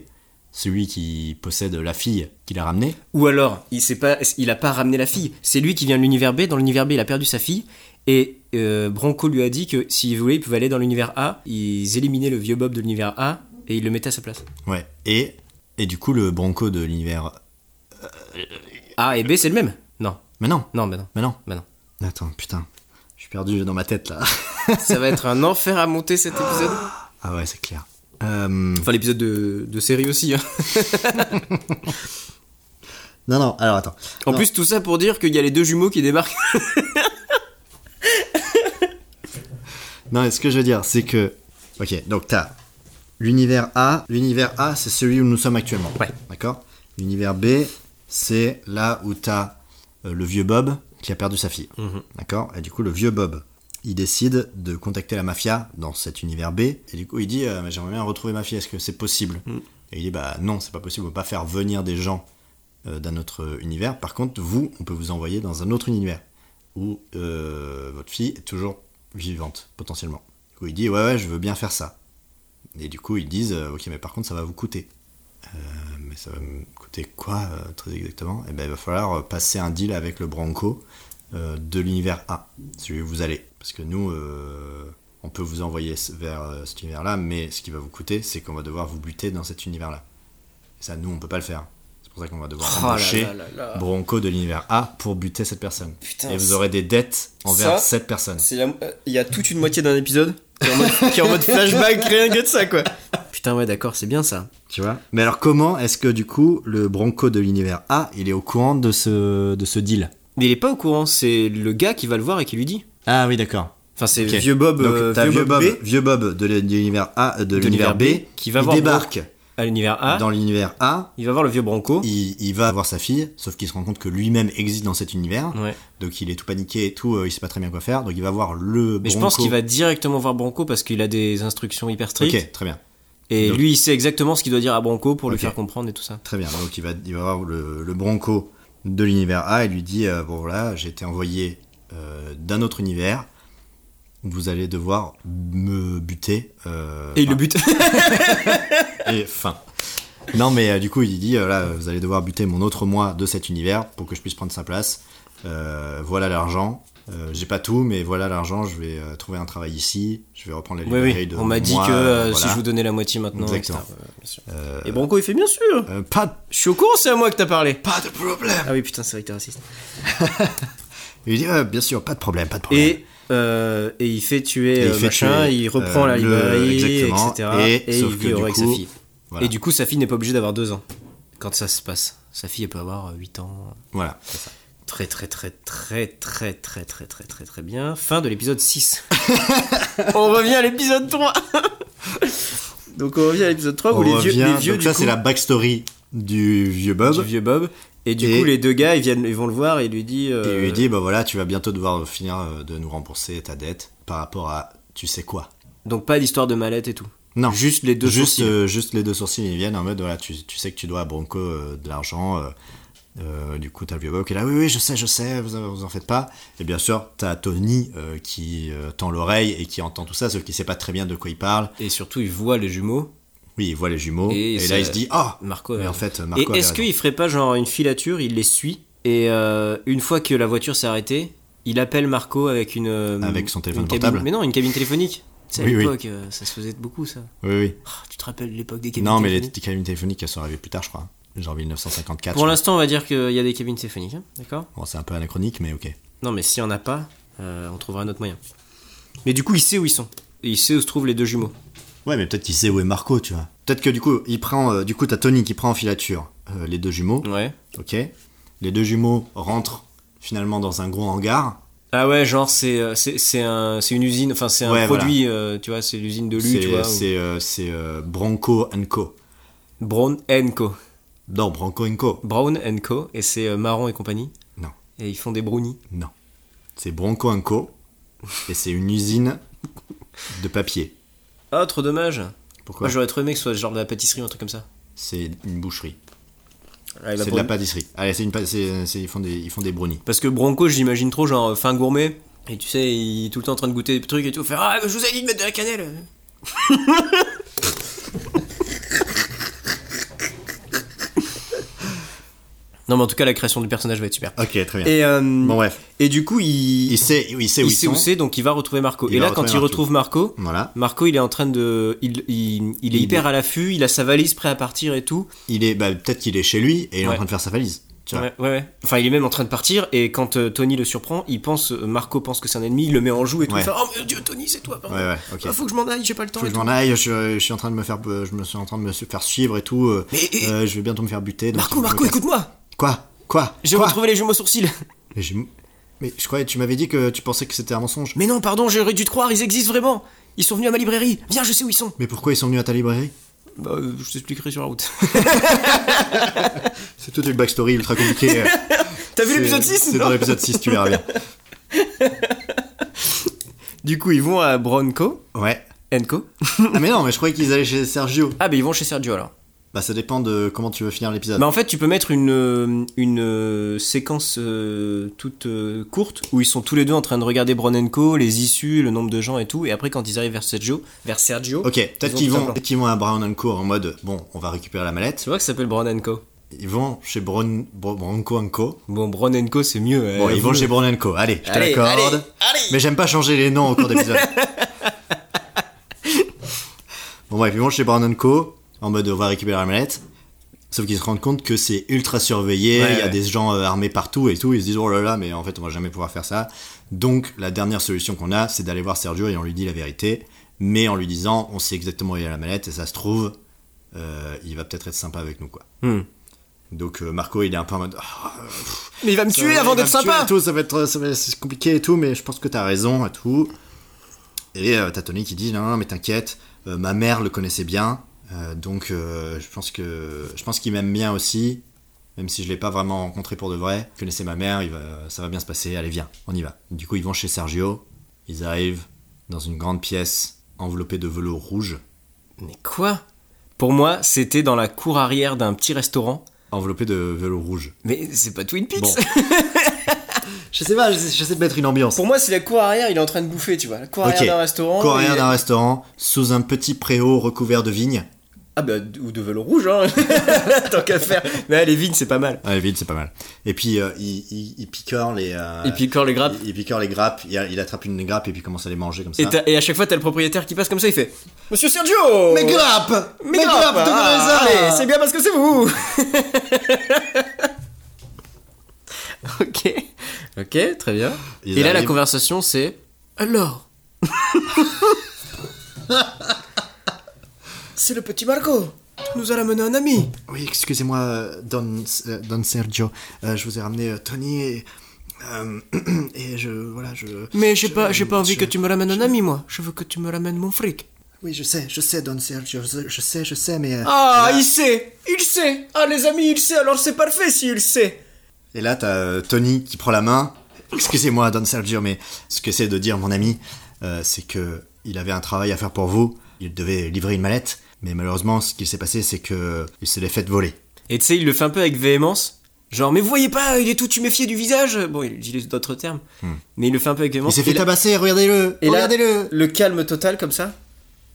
celui qui possède la fille qu'il a ramenée, Ou alors, il sait pas, il a pas ramené la fille. C'est lui qui vient de l'univers B. Dans l'univers B, il a perdu sa fille. Et euh, Branco lui a dit que s'il voulait, il pouvait aller dans l'univers A. Ils éliminaient le vieux Bob de l'univers A et ils le mettaient à sa place. ouais, et, et du coup, le Branco de l'univers. A et B, c'est le même Non, Mais non, non, mais non, mais non. mais non. Attends, putain, je suis perdu dans ma tête là. Ça va être un enfer à monter cet épisode. Ah ouais, c'est clair. Euh, Enfin, l'épisode de, de série aussi. hein. Non, non, alors attends. En Non. plus, tout ça pour dire qu'il y a les deux jumeaux qui débarquent. Non, mais ce que je veux dire, c'est que. Ok, donc t'as l'univers A. L'univers A, c'est celui où nous sommes actuellement. Ouais. D'accord L'univers B, c'est là où t'as euh, le vieux Bob qui a perdu sa fille. D'accord Et du coup, le vieux Bob, il décide de contacter la mafia dans cet univers B. Et du coup, il dit euh, Mais J'aimerais bien retrouver ma fille, est-ce que c'est possible Et il dit Bah non, c'est pas possible, on peut pas faire venir des gens euh, d'un autre univers. Par contre, vous, on peut vous envoyer dans un autre univers où euh, votre fille est toujours vivante, potentiellement. Du coup, il dit Ouais, ouais, je veux bien faire ça. Et du coup, ils disent euh, Ok, mais par contre, ça va vous coûter. Euh, mais ça va me coûter quoi, euh, très exactement Eh ben, il va falloir euh, passer un deal avec le Branco euh, de l'univers A, celui où vous allez. Parce que nous, euh, on peut vous envoyer ce- vers euh, cet univers-là, mais ce qui va vous coûter, c'est qu'on va devoir vous buter dans cet univers-là. Et ça, nous, on peut pas le faire. C'est pour ça qu'on va devoir Oh là embaucher là là là. Bronco de l'univers A pour buter cette personne. Putain, Et vous c'est- aurez des dettes Ça, envers cette personne. C'est la- euh, Il y a toute une moitié d'un épisode qui est en mode, qui est en mode flashback, rien que de ça, quoi. Putain, ouais, d'accord, c'est bien ça. Tu vois Mais alors comment est-ce que du coup le Bronco de l'univers A, il est au courant de ce, de ce deal Mais il est pas au courant, c'est le gars qui va le voir et qui lui dit. Ah oui, d'accord. Enfin, c'est Ok. vieux Bob, Donc, euh, t'as vieux Bob, B vieux Bob de l'univers A, euh, De de, l'univers B, l'univers B, qui va il voir débarque à l'univers A. dans l'univers A. Il va voir le vieux Branco. Il, il va voir sa fille, sauf qu'il se rend compte que lui-même existe dans cet univers, Ouais. donc il est tout paniqué et tout, euh, il sait pas très bien quoi faire, donc il va voir le Mais je pense Bronco. qu'il va directement voir Branco parce qu'il a des instructions hyper strictes. Ok, très bien. Et Donc- lui, il sait exactement ce qu'il doit dire à Branco pour lui Ok. faire comprendre et tout ça. Très bien, donc il va, il va voir le, le bronco de l'univers A et lui dit euh, Bon, voilà, j'ai été envoyé euh, d'un autre univers, vous allez devoir me buter. euh, Et il le bute. fin. Et fin. Non, mais euh, du coup, il dit euh, Là, vous allez devoir buter mon autre moi de cet univers pour que je puisse prendre sa place. Euh, voilà l'argent. Euh, j'ai pas tout, mais voilà l'argent. Je vais euh, trouver un travail ici. Je vais reprendre la oui, librairie oui. de On m'a dit moi, que euh, euh, si voilà. je vous donnais la moitié maintenant. Exactement. etc. Ouais, bien sûr. Et Branco, il fait bien sûr. Euh, pas, Je suis au courant, c'est à moi que t'as parlé. pas de problème. Ah oui, putain, c'est vrai que t'es raciste. Il dit Ouais, bien sûr, pas de problème, pas de problème. Et, euh, et il fait tuer Et euh, fait machin, tuer, il reprend euh, la le- librairie, exactement, etc. Et, sauf il que vit du avec coup, sa fille. Voilà. Et du coup, sa fille n'est pas obligée d'avoir deux ans quand ça se passe. Sa fille, elle peut avoir euh, 8 ans. Voilà. Très, très, très, très, très, très, très, très, très, très bien. Fin de l'épisode 6. on revient à l'épisode 3. Donc, on revient à l'épisode 3 où On Oh, les vieux, revient- les vieux, donc du ça, coup, c'est la backstory du vieux Bob. du vieux Bob. Et du Et- coup, les deux gars, ils, viennent, ils vont le voir et il lui dit. Et il euh, lui dit, bah voilà, tu vas bientôt devoir finir euh, de nous rembourser ta dette par rapport à tu sais quoi. Donc, pas d'histoire de mallette et tout. Non. Juste les deux juste, sourcils. euh, juste les deux sourcils, ils viennent en mode, voilà, tu, tu sais que tu dois à Bronco euh, de l'argent. euh, euh, du coup, t'as le vieux Bob qui est là, oui, oui, je sais, je sais, vous, vous en faites pas. Et bien sûr, t'as Tony euh, qui euh, tend l'oreille et qui entend tout ça, sauf qu'il sait pas très bien de quoi il parle. Et surtout, il voit les jumeaux. Oui, il voit les jumeaux. Et Et, ça- là, il se dit, oh Marco. Mais avait en fait, Et Marco. avait est-ce raison. qu'il ferait pas genre une filature, il les suit, et euh, une fois que la voiture s'est arrêtée, il appelle Marco avec une. euh, Avec son téléphone une cabine- portable. Mais non, une cabine téléphonique. C'est à Oui, oui. l'époque, euh, ça se faisait beaucoup ça. Oui, oui. Ah, tu te rappelles l'époque des cabines Non, mais les téléphoniques petites cabines téléphoniques, elles sont arrivées plus tard, je crois. Genre 1954. Pour je l'instant, on va dire qu'il y a des cabines téléphoniques, hein, d'accord crois. Bon, c'est un peu anachronique, mais ok. Non, mais s'il n'y en a pas, euh, on trouvera un autre moyen. Mais du coup, il sait où ils sont. Et il sait où se trouvent les deux jumeaux. Ouais, mais peut-être qu'il sait où est Marco, tu vois. Peut-être que du coup, il prend. euh, du coup, t'as Tony qui prend en filature euh, les deux jumeaux. Ouais. Ok. Les deux jumeaux rentrent finalement dans un gros hangar. Ah ouais, genre, c'est euh, c'est- c'est un, c'est une usine, enfin, c'est un Ouais, voilà. produit, euh, tu vois, c'est l'usine de lui, tu C'est vois. ou- c'est, euh, c'est, euh, Bronco and Co. Brown Co. Non, Bronco and Co. Brown Co. Et c'est euh, Marron et compagnie. Non, Et ils font des brownies. non. C'est Bronco and Co. Et c'est une usine de papier. Ah, trop dommage. Pourquoi Moi, j'aurais trop aimé que ce soit genre de la pâtisserie ou un truc comme ça. C'est une boucherie. Ouais, bah, C'est de pour- la pâtisserie. Allez, c'est une pa- c'est- c'est- ils, font des, ils font des brownies. Parce que Bronco, j'imagine trop, genre, euh, fin gourmet. Et tu sais, il est tout le temps en train de goûter des trucs et tout. Faire Ah, je vous ai dit de mettre de la cannelle Non, mais en tout cas, la création du personnage va être super. Ok, très bien. Et, euh, Bon, bref. et du coup, il, Il sait, il sait où il ils sait où sont. c'est, donc il va retrouver Marco. Il et va là, quand il retrouver retrouve Marco, Voilà. Marco, il est en train de. Il, il- il est Il hyper à l'affût, il a sa valise prêt à partir et tout. Il est, bah, peut-être qu'il est chez lui et il est en Ouais. train de faire sa valise. Tu vois. Ouais, ouais, ouais. Enfin, il est même en train de partir, et quand euh, Tony le surprend, il pense, euh, Marco pense que c'est un ennemi, il le met en joue et tout. Ouais. Il fait Oh mon dieu, Tony, c'est toi, pardon. Ouais, ouais, ok. Ah, faut que je m'en aille, j'ai pas le temps. Faut que et je tout. m'en aille, je, je suis en train de me faire, euh, je me suis en train de me faire suivre et tout. euh, Mais, et- euh, je vais bientôt me faire buter. donc il Marco, faut que Marco, je me casse. écoute-moi Quoi Quoi J'ai Quoi retrouvé les jumeaux sourcils. Mais, j'ai- mais je croyais, tu m'avais dit que tu pensais que c'était un mensonge. Mais non, pardon, j'aurais dû te croire, ils existent vraiment. Ils sont venus à ma librairie. Viens, je sais où ils sont. Mais pourquoi ils sont venus à ta librairie Bah, euh, je t'expliquerai sur la route. C'est toute une backstory ultra compliquée. T'as vu C'est- l'épisode 6 C'est non dans l'épisode 6, tu verras bien. Du coup, ils vont à Bronco. Ouais. Enco. Ah mais non, mais je croyais qu'ils allaient chez Sergio. Ah, bah, ils vont chez Sergio alors. Bah ça dépend de comment tu veux finir l'épisode. Bah, en fait, tu peux mettre une, euh, une euh, séquence euh, toute euh, courte où ils sont tous les deux en train de regarder Bronenko, les issues, le nombre de gens et tout. Et après, quand ils arrivent vers Sergio, vers Sergio, Ok, Ils peut-être ont qu'ils tout un vont, plan. peut-être qu'ils vont à Brown Co en mode bon, on va récupérer la mallette. tu vois que ça s'appelle Bronenko. Ils vont chez Brown, Bro- Bronco and Co. Bon, Bronenko, c'est mieux. euh, Bon, ils vont vous- chez Brown Co. Allez, je te Allez, l'accorde. allez. Mais j'aime pas changer les noms au cours d'épisode. bon bref, ils vont chez Brown Co. En mode on va récupérer la mallette. Sauf qu'ils se rendent compte que c'est ultra surveillé, Ouais, il y a ouais. des gens euh, armés partout et tout, ils se disent oh là là, mais en fait on va jamais pouvoir faire ça. Donc la dernière solution qu'on a, c'est d'aller voir Sergio et on lui dit la vérité, mais en lui disant on sait exactement où il y a la mallette et ça se trouve, euh, il va peut-être être sympa avec nous quoi. Hmm. Donc euh, Marco il est un peu en mode Ah, Mais il va me ça tuer va, avant il va d'être me tuer sympa. et tout, ça va être, euh, ça va- c'est compliqué et tout, mais je pense que t'as raison et tout. Et euh, t'as Tony qui dit non, non mais t'inquiète, euh, ma mère le connaissait bien, euh, donc euh, je pense que je pense qu'il m'aime bien aussi, même si je l'ai pas vraiment rencontré pour de vrai. Je connaissais ma mère, il va- ça va bien se passer, allez viens, on y va. Du coup ils vont chez Sergio, ils arrivent dans une grande pièce enveloppée de velours rouge, Mais quoi Pour moi, c'était dans la cour arrière d'un petit restaurant. enveloppée de velours rouge. Mais c'est pas Twin Peaks. Bon. Je sais pas, j'essa- j'essaie de mettre une ambiance. Pour moi, c'est la cour arrière, il est en train de bouffer, tu vois. La cour arrière Ok. d'un restaurant. Coréen et- d'un restaurant, sous un petit préau recouvert de vignes. Ah bah, d- ou de velours rouge, hein. Tant qu'à faire. Mais allez, vite, c'est pas mal. Ouais, vide, c'est pas mal. Et puis, euh, il, il, il picore les. euh, Et puis, quand les grappes. il- il picore les grappes, il, il attrape une grappe et puis commence à les manger comme ça. Et, t'as- et à chaque fois, t'as le propriétaire qui passe comme ça, il fait Monsieur Sergio Mes grappes Mes grappes, de ah, Grenoble allez, C'est bien parce que c'est vous Ok. Ok, très bien. Ils et là, la arrivent. conversation, c'est Alors C'est le petit Marco Tu nous as ramené un ami Oui, excusez-moi, euh, Don, euh, Don Sergio. Euh, je vous ai ramené euh, Tony et. euh, et je. Voilà, je. Mais j'ai pas, j'ai j'ai pas envie que tu me ramènes un ami, moi. Je veux que tu me ramènes mon fric. Oui, je sais, je sais, Don Sergio. Je, je sais, je sais, mais. euh, Ah, là- il sait Il sait Ah, les amis, il sait, alors c'est parfait si il sait Et là, t'as euh, Tony qui prend la main. Excusez-moi, Don Sergio, mais ce que c'est de dire, mon ami, euh, c'est que il avait un travail à faire pour vous. Il devait livrer une mallette, mais malheureusement, ce qui s'est passé, c'est que il se l'est fait voler. Et tu sais, il le fait un peu avec véhémence. Genre, mais vous voyez pas, il est tout tuméfié du visage Bon, il dit les- d'autres termes. Mais Hmm. il le fait un peu avec Il véhémence. s'est fait Et là- tabasser, regardez-le, et là, regardez-le. le calme total, comme ça.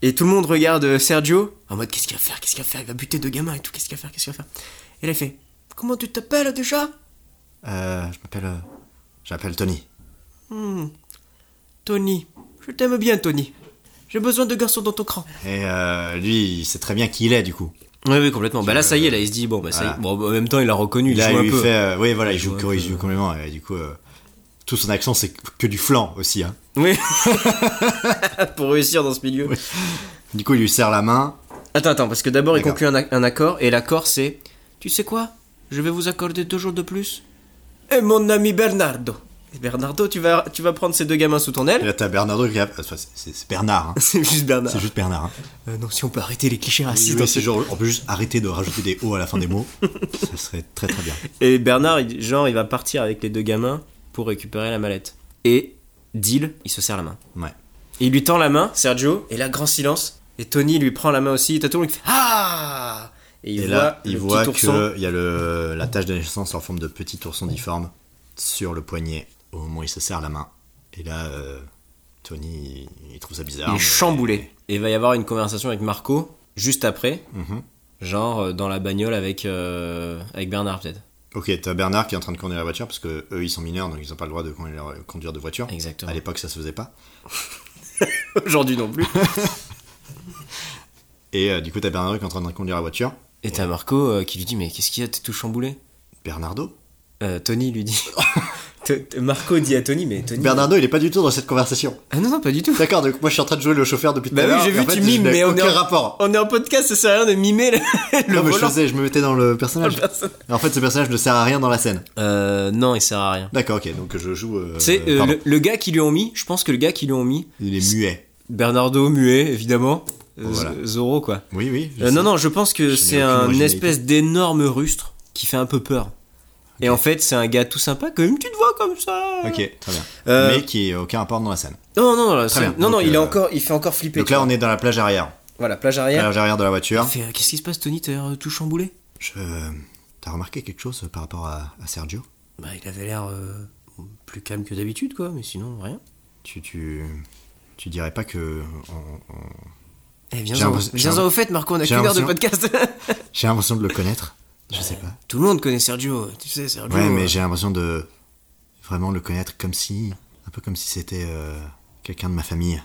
Et tout le monde regarde euh, Sergio, en mode, qu'est-ce qu'il va faire Qu'est-ce qu'il va faire Il va buter deux gamins et tout, qu'est-ce qu'il va faire Qu'est-ce qu'il va faire Et là, il fait, comment tu t'appelles déjà Euh, je m'appelle, euh, j'appelle Tony. Tony. Je t'aime bien, Tony. J'ai besoin de garçons dans ton cran. Et euh, lui, il sait très bien qui il est, du coup. Oui, oui, complètement. Bah là, ça y est, là, il se dit, bon, bah ça y est. Voilà. Bon, bah, en même temps, il l'a reconnu, il là, joue il un lui peu. fait, euh, oui, voilà, il Il joue, joue un que- il peu. joue complètement. Et du coup, euh, tout son accent, c'est que du flanc aussi. Hein. Oui. Pour réussir dans ce milieu. Du coup, il lui serre la main. Attends, attends, parce que d'abord, il D'accord. conclut un, ac- un accord, et l'accord, c'est Tu sais quoi Je vais vous accorder deux jours de plus. Et Eh, mon ami Bernardo. Et Bernardo, tu vas, tu vas prendre ces deux gamins sous ton Et aile. là, t'as Bernardo qui, a- euh, enfin, c'est- c'est c'est Bernard. hein. C'est juste Bernard. C'est juste Bernard. hein. Euh, non, si on peut arrêter les clichés Oui, racistes. oui, dans c'est genre, on peut juste arrêter de rajouter des O à la fin des mots. ça serait très très bien. Et Bernard, il- genre, il va partir avec les deux gamins pour récupérer la mallette. Et deal, il se serre la main. Ouais. Et il lui tend la main, Sergio, et là, grand silence. Et Tony lui prend la main aussi, il tâtonne, il fait Ah Et il et voit là, le il voit petit ourson. qu'il y a le, la tache de naissance en forme de petit ourson difforme sur le poignet au moment où il se serre la main. Et là, euh, Tony, il, il trouve ça bizarre. Il est mais- chamboulé. Et il va y avoir une conversation avec Marco juste après, Mhm. genre euh, dans la bagnole avec, euh, avec Bernard peut-être. Ok, t'as Bernard qui est en train de conduire la voiture parce que eux ils sont mineurs donc ils n'ont pas le droit de conduire, conduire de voiture. Exactement. À l'époque ça se faisait pas. Aujourd'hui non plus. Et euh, du coup t'as Bernardo qui est en train de conduire la voiture. Et t'as Marco euh, qui lui dit mais qu'est-ce qu'il y a, t'es tout chamboulé Bernardo Euh, Tony lui dit. T- t- Marco dit à Tony mais Tony. Bernardo il est pas du tout dans cette conversation. Ah non non pas du tout. D'accord, donc moi je suis en train de jouer le chauffeur depuis tout Bah à oui, l'heure. j'ai et vu, en fait, tu mimes, je n'ai mais on est aucun en- rapport. On est en podcast, ça sert à rien de mimer le, le non, mais je volant. Ah bah. faisais, je me mettais dans le personnage. personnage. Et en fait, ce personnage ne sert à rien dans la scène. Euh, non il sert à rien. D'accord, ok, donc je joue. euh, C'est euh, pardon. le, le gars qui lui ont mis, je pense que le gars qui lui ont mis, Il est muet. Bernardo muet évidemment, Euh, Voilà. Z- Zorro quoi. Oui, oui. je Euh, non, sais. non, je pense que Je c'est n'ai aucune un originalité. espèce d'énorme rustre qui fait un peu peur. Et en fait, c'est un gars tout sympa, quand même, tu te vois comme ça. Ok, très bien. Euh, Mais qui n'a aucun rapport dans la scène. Non, non, là, c'est- Très bien, non, non, donc, il, est euh, encore, il fait encore flipper. Donc là, on est dans la plage arrière. Voilà, plage arrière. Plage arrière de la voiture. Il fait, euh, Qu'est-ce qui se passe, Tony T'as l'air euh, tout chamboulé Je... T'as remarqué quelque chose euh, par rapport à, à Sergio Bah, il avait l'air euh, plus calme que d'habitude, quoi, mais sinon, rien. tu, tu, tu dirais pas que. on- on- Eh, J'ai viens-en l'impression- viens-en j'ai- au fait, Marco, on a j'ai qu'une heure de l'impression- podcast. J'ai l'impression de le connaître. Je sais pas. tout le monde connaît Sergio, tu sais, Sergio. Ouais, mais euh, j'ai l'impression de vraiment le connaître comme si. Un peu comme si c'était euh, quelqu'un de ma famille.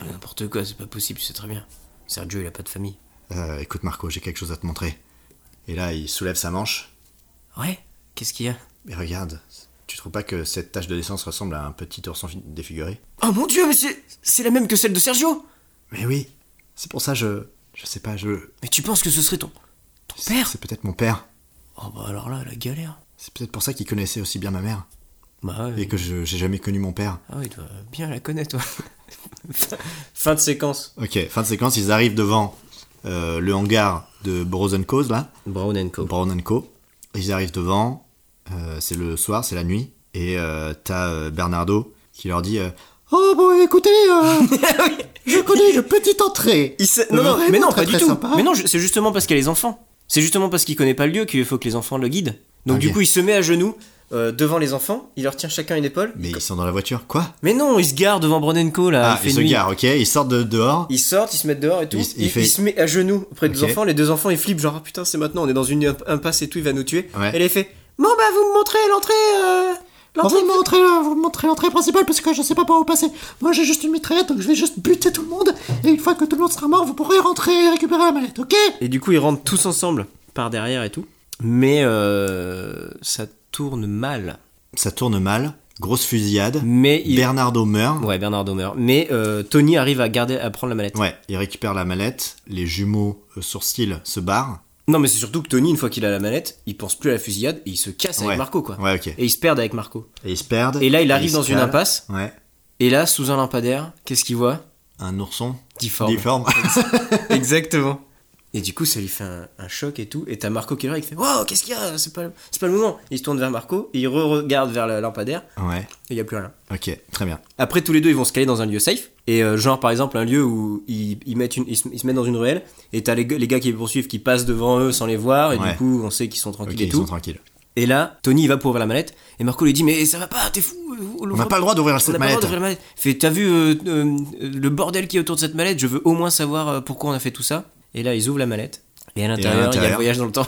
bah, N'importe quoi, c'est pas possible, tu sais très bien. Sergio, il a pas de famille. Euh, écoute, Marco, j'ai quelque chose à te montrer. Et là, il soulève sa manche. Ouais Qu'est-ce qu'il y a Mais regarde, tu trouves pas que cette tache de naissance ressemble à un petit ourson fi- défiguré Oh mon dieu, mais c'est c'est la même que celle de Sergio Mais oui, c'est pour ça je. Je sais pas, je. Mais tu penses que ce serait ton. ton c'est- père C'est peut-être mon père. Oh bah alors là, la galère. C'est peut-être pour ça qu'il connaissait aussi bien ma mère. Bah Et que je j'ai jamais connu mon père. Ah oui, doit bien la connaître, toi. fin de séquence. Ok, fin de séquence, ils arrivent devant euh, le hangar de Brosen Cause, là. Brown Co. Brown Co. Ils arrivent devant, euh, c'est le soir, c'est la nuit, et euh, t'as euh, Bernardo qui leur dit euh, Oh, bon, écoutez, euh, je connais une petite entrée. Oh, Non, non, Vraiment mais non, très, pas du très tout. sympa. Mais non, je- c'est justement parce qu'il y a les enfants. C'est justement parce qu'il connaît pas le lieu qu'il faut que les enfants le guident. Donc Ah, du bien. coup, il se met à genoux euh, devant les enfants, il leur tient chacun une épaule. Mais ils sont dans la voiture, quoi Mais non, il se gare devant Brown Co là, Ah, il fait ils se nuit. garent, ok, ils sortent de dehors. Ils sortent, ils se mettent dehors et tout. Il- Il, il fait- il se met à genoux auprès des Ok. enfants. Les deux enfants, ils flippent, genre Ah, putain, c'est maintenant, on est dans une imp- impasse et tout, il va nous tuer. Ouais. Elle est fait Bon, bah, vous me montrez l'entrée. euh, Bon, l'entrée. vous me montrez, euh, vous me montrez l'entrée principale parce que je sais pas par où passer. Moi j'ai juste une mitraillette donc je vais juste buter tout le monde et une fois que tout le monde sera mort vous pourrez rentrer et récupérer la mallette, ok Et du coup, ils rentrent tous ensemble par derrière et tout. Mais euh, ça tourne mal. Ça tourne mal, grosse fusillade. Mais il. Bernardo meurt. Ouais, Bernard Domer. Mais euh, Tony arrive à garder, à prendre la mallette. Ouais, il récupère la mallette, les jumeaux euh, sourcils se barrent. Non, mais c'est surtout que Tony, une fois qu'il a la mallette, il pense plus à la fusillade et il se casse Ouais. avec Marco, quoi. Ouais, ok. Et Et ils se perdent avec Marco. ils se perdent. Et là, il arrive ils se dans une calent. impasse. Ouais, Et là, sous un lampadaire, qu'est-ce qu'il voit un ourson Difforme. difforme. Exactement. Et du coup, ça lui fait un, un choc et tout. Et t'as Marco qui est là et qui fait Wow, qu'est-ce qu'il y a C'est pas, le- c'est pas le moment. Il se tourne vers Marco, il re-regarde vers la lampadaire ouais, et il y a plus rien. ok, très bien. Après, tous les deux, ils vont se caler dans un lieu safe. Et euh, genre, par exemple, un lieu où ils, ils mettent une, ils, se, ils se mettent dans une ruelle. Et t'as les, gars- les gars qui les poursuivent qui passent devant eux sans les voir. Et Ouais. du coup, on sait qu'ils sont Ok, tranquilles et ils tout. sont tranquilles. Et là, Tony, il va pour ouvrir la mallette. Et Marco lui dit Mais ça va pas, t'es fou. On n'a pas le droit d'ouvrir On cette n'a pas le droit mallette. d'ouvrir la mallette. Fait, t'as vu euh, euh, le bordel qui est autour de cette mallette Je veux au moins savoir euh, pourquoi on a fait tout ça. Et là, ils ouvrent la mallette. Et à l'intérieur, il y a l'intérieur. le voyage dans le temps.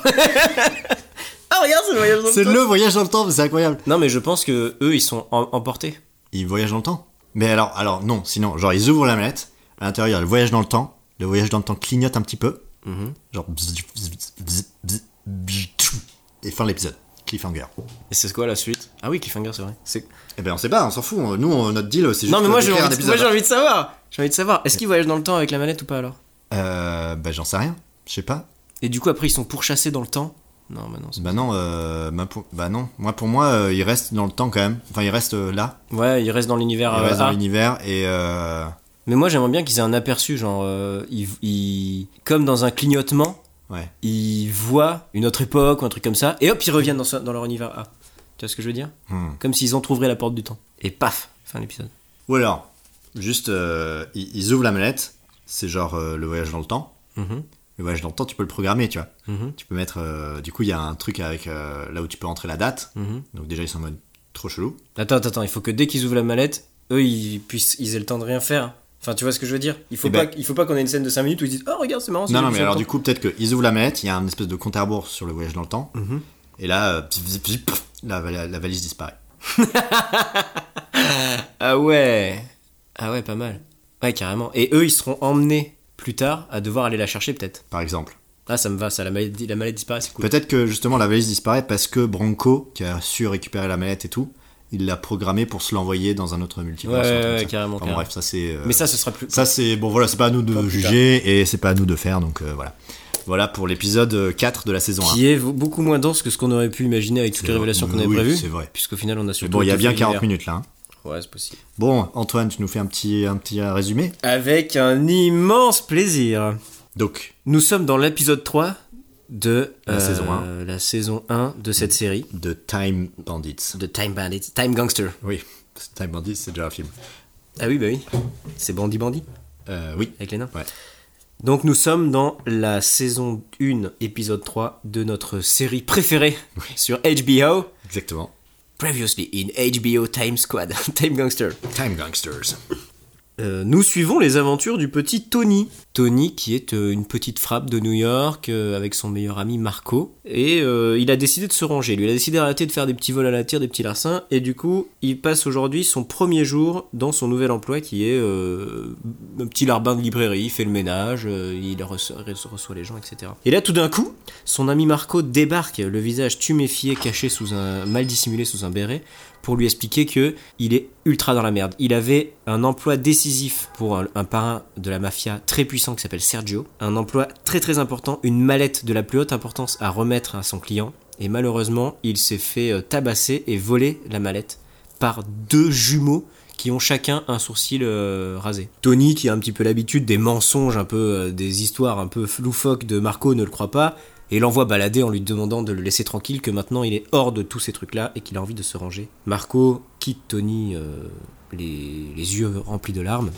ah, regarde, c'est le voyage dans C'est le voyage dans le temps, mais c'est incroyable. Non, mais je pense que eux, ils sont em- emportés. Ils voyagent dans le temps. Mais alors, alors non, sinon, genre ils ouvrent la mallette, à l'intérieur il y a le voyage dans le temps, le voyage dans le temps clignote un petit peu, Mhm. genre bzz, bzz, bzz, bzz, bzz, bzz, tchou. et fin de l'épisode. Cliffhanger. Et c'est quoi la suite Ah oui, Cliffhanger, c'est vrai. C'est... Eh ben on sait pas, on s'en fout. on- Nous, on- notre deal, c'est juste. Non, mais moi, j'ai d'écrire un envie, de- moi, épisode. hein. j'ai envie de savoir. J'ai envie de savoir. Est-ce qu'ils voyagent dans le temps avec la mallette ou pas alors Euh, bah j'en sais rien. Je sais pas. Et du coup, après, ils sont pourchassés dans le temps Non, bah non. c'est- Bah non, euh, bah, pour... bah non. Moi pour moi, euh, il reste dans le temps quand même. Enfin, il reste euh, là. Ouais, ils restent dans l'univers. Il euh, reste dans ah. l'univers et euh, Mais moi, j'aimerais bien qu'ils aient un aperçu, genre, euh, ils- ils... comme dans un clignotement. ouais. ils voient une autre époque ou un truc comme ça, et hop, ils reviennent dans, ce- dans leur univers A. Tu vois ce que je veux dire Hmm. Comme s'ils ont trouvé la porte du temps. Et paf, fin de l'épisode. Ou alors, juste, euh, ils, ils ouvrent la mallette, c'est genre euh, le voyage dans le temps. Mhm. Le voyage dans le temps, tu peux le programmer, tu vois. Mhm. Tu peux mettre. euh, du coup, il y a un truc avec euh, là où tu peux entrer la date. Mhm. Donc déjà, ils sont en mode trop chelou. Attends, attends, attends, il faut que dès qu'ils ouvrent la mallette, eux, ils, puissent, ils aient le temps de rien faire. Enfin, tu vois ce que je veux dire Il faut Eh pas, ben- qu- il faut pas qu'on ait une scène de 5 minutes où ils disent Oh, regarde, c'est marrant. c'est Non, non, le mais temps. alors du coup, peut-être qu'ils ouvrent la mallette, il y a un espèce de compte à rebours sur le voyage dans le temps. Et là, euh, pzip, pzip, pzip, pff, la, la- la valise disparaît. Ah ouais Ah ouais, pas mal. Ouais, carrément. Et eux, ils seront emmenés plus tard à devoir aller la chercher, peut-être. Par exemple. Ah, ça me va, ça, la maladie, la maladie disparaît, c'est cool. Peut-être que justement la valise disparaît parce que Branco, qui a su récupérer la mallette et tout, il l'a programmé pour se l'envoyer dans un autre multivers. Ouais, un ouais, truc comme ouais, ça. carrément, Enfin, bon, carrément. bref, ça c'est. euh, Mais ça, ce sera plus. ça, c'est. Bon voilà, c'est pas à nous Pas de plus juger et c'est pas à nous de faire, donc euh, voilà. Voilà pour l'épisode euh, 4 de la saison 1. Qui est beaucoup moins dense que ce qu'on aurait pu imaginer avec toutes C'est les vrai. révélations qu'on Oui, avait prévues. c'est vrai. Puisqu'au final, on a surtout. Mais bon, il y a tout bien fait 40 l'hiver. minutes là. hein. Ouais, c'est possible. Bon, Antoine, tu nous fais un petit, un petit euh, résumé Avec un immense plaisir. Donc, Nous sommes dans l'épisode 3 de euh, La saison 1. la saison 1 de cette série de Time Bandits. de Time Bandits, Time Gangster. Oui, Time Bandits, c'est déjà un film. Ah oui, bah oui, c'est Bandit Bandit Euh, oui. avec les nains. Ouais. Donc nous sommes dans la saison 1, épisode 3 de notre série préférée sur HBO, Exactement. Previously in HBO Time Squad, Time Gangster. Time Gangsters. Euh, nous suivons les aventures du petit Tony. Tony qui est euh, une petite frappe de New York euh, avec son meilleur ami Marco. Et euh, il a décidé de se ranger. Lui, il a décidé d'arrêter de faire des petits vols à la tire, des petits larcins. Et du coup, il passe aujourd'hui son premier jour dans son nouvel emploi qui est euh, un petit larbin de librairie. Il fait le ménage, euh, il reçoit, reçoit les gens, etc. Et là, tout d'un coup, son ami Marco débarque, le visage tuméfié, caché sous un mal dissimulé sous un béret pour lui expliquer que il est ultra dans la merde. Il avait un emploi décisif pour un, un parrain de la mafia très puissant qui s'appelle Sergio, un emploi très très important, une mallette de la plus haute importance à remettre à son client. Et malheureusement, il s'est fait euh, tabasser et voler la mallette par deux jumeaux qui ont chacun un sourcil euh, rasé. Tony, qui a un petit peu l'habitude des mensonges, un peu euh, des histoires un peu loufoques de Marco, ne le croit pas et l'envoie balader en lui demandant de le laisser tranquille, que maintenant il est hors de tous ces trucs-là et qu'il a envie de se ranger. Marco quitte Tony euh, les, les yeux remplis de larmes,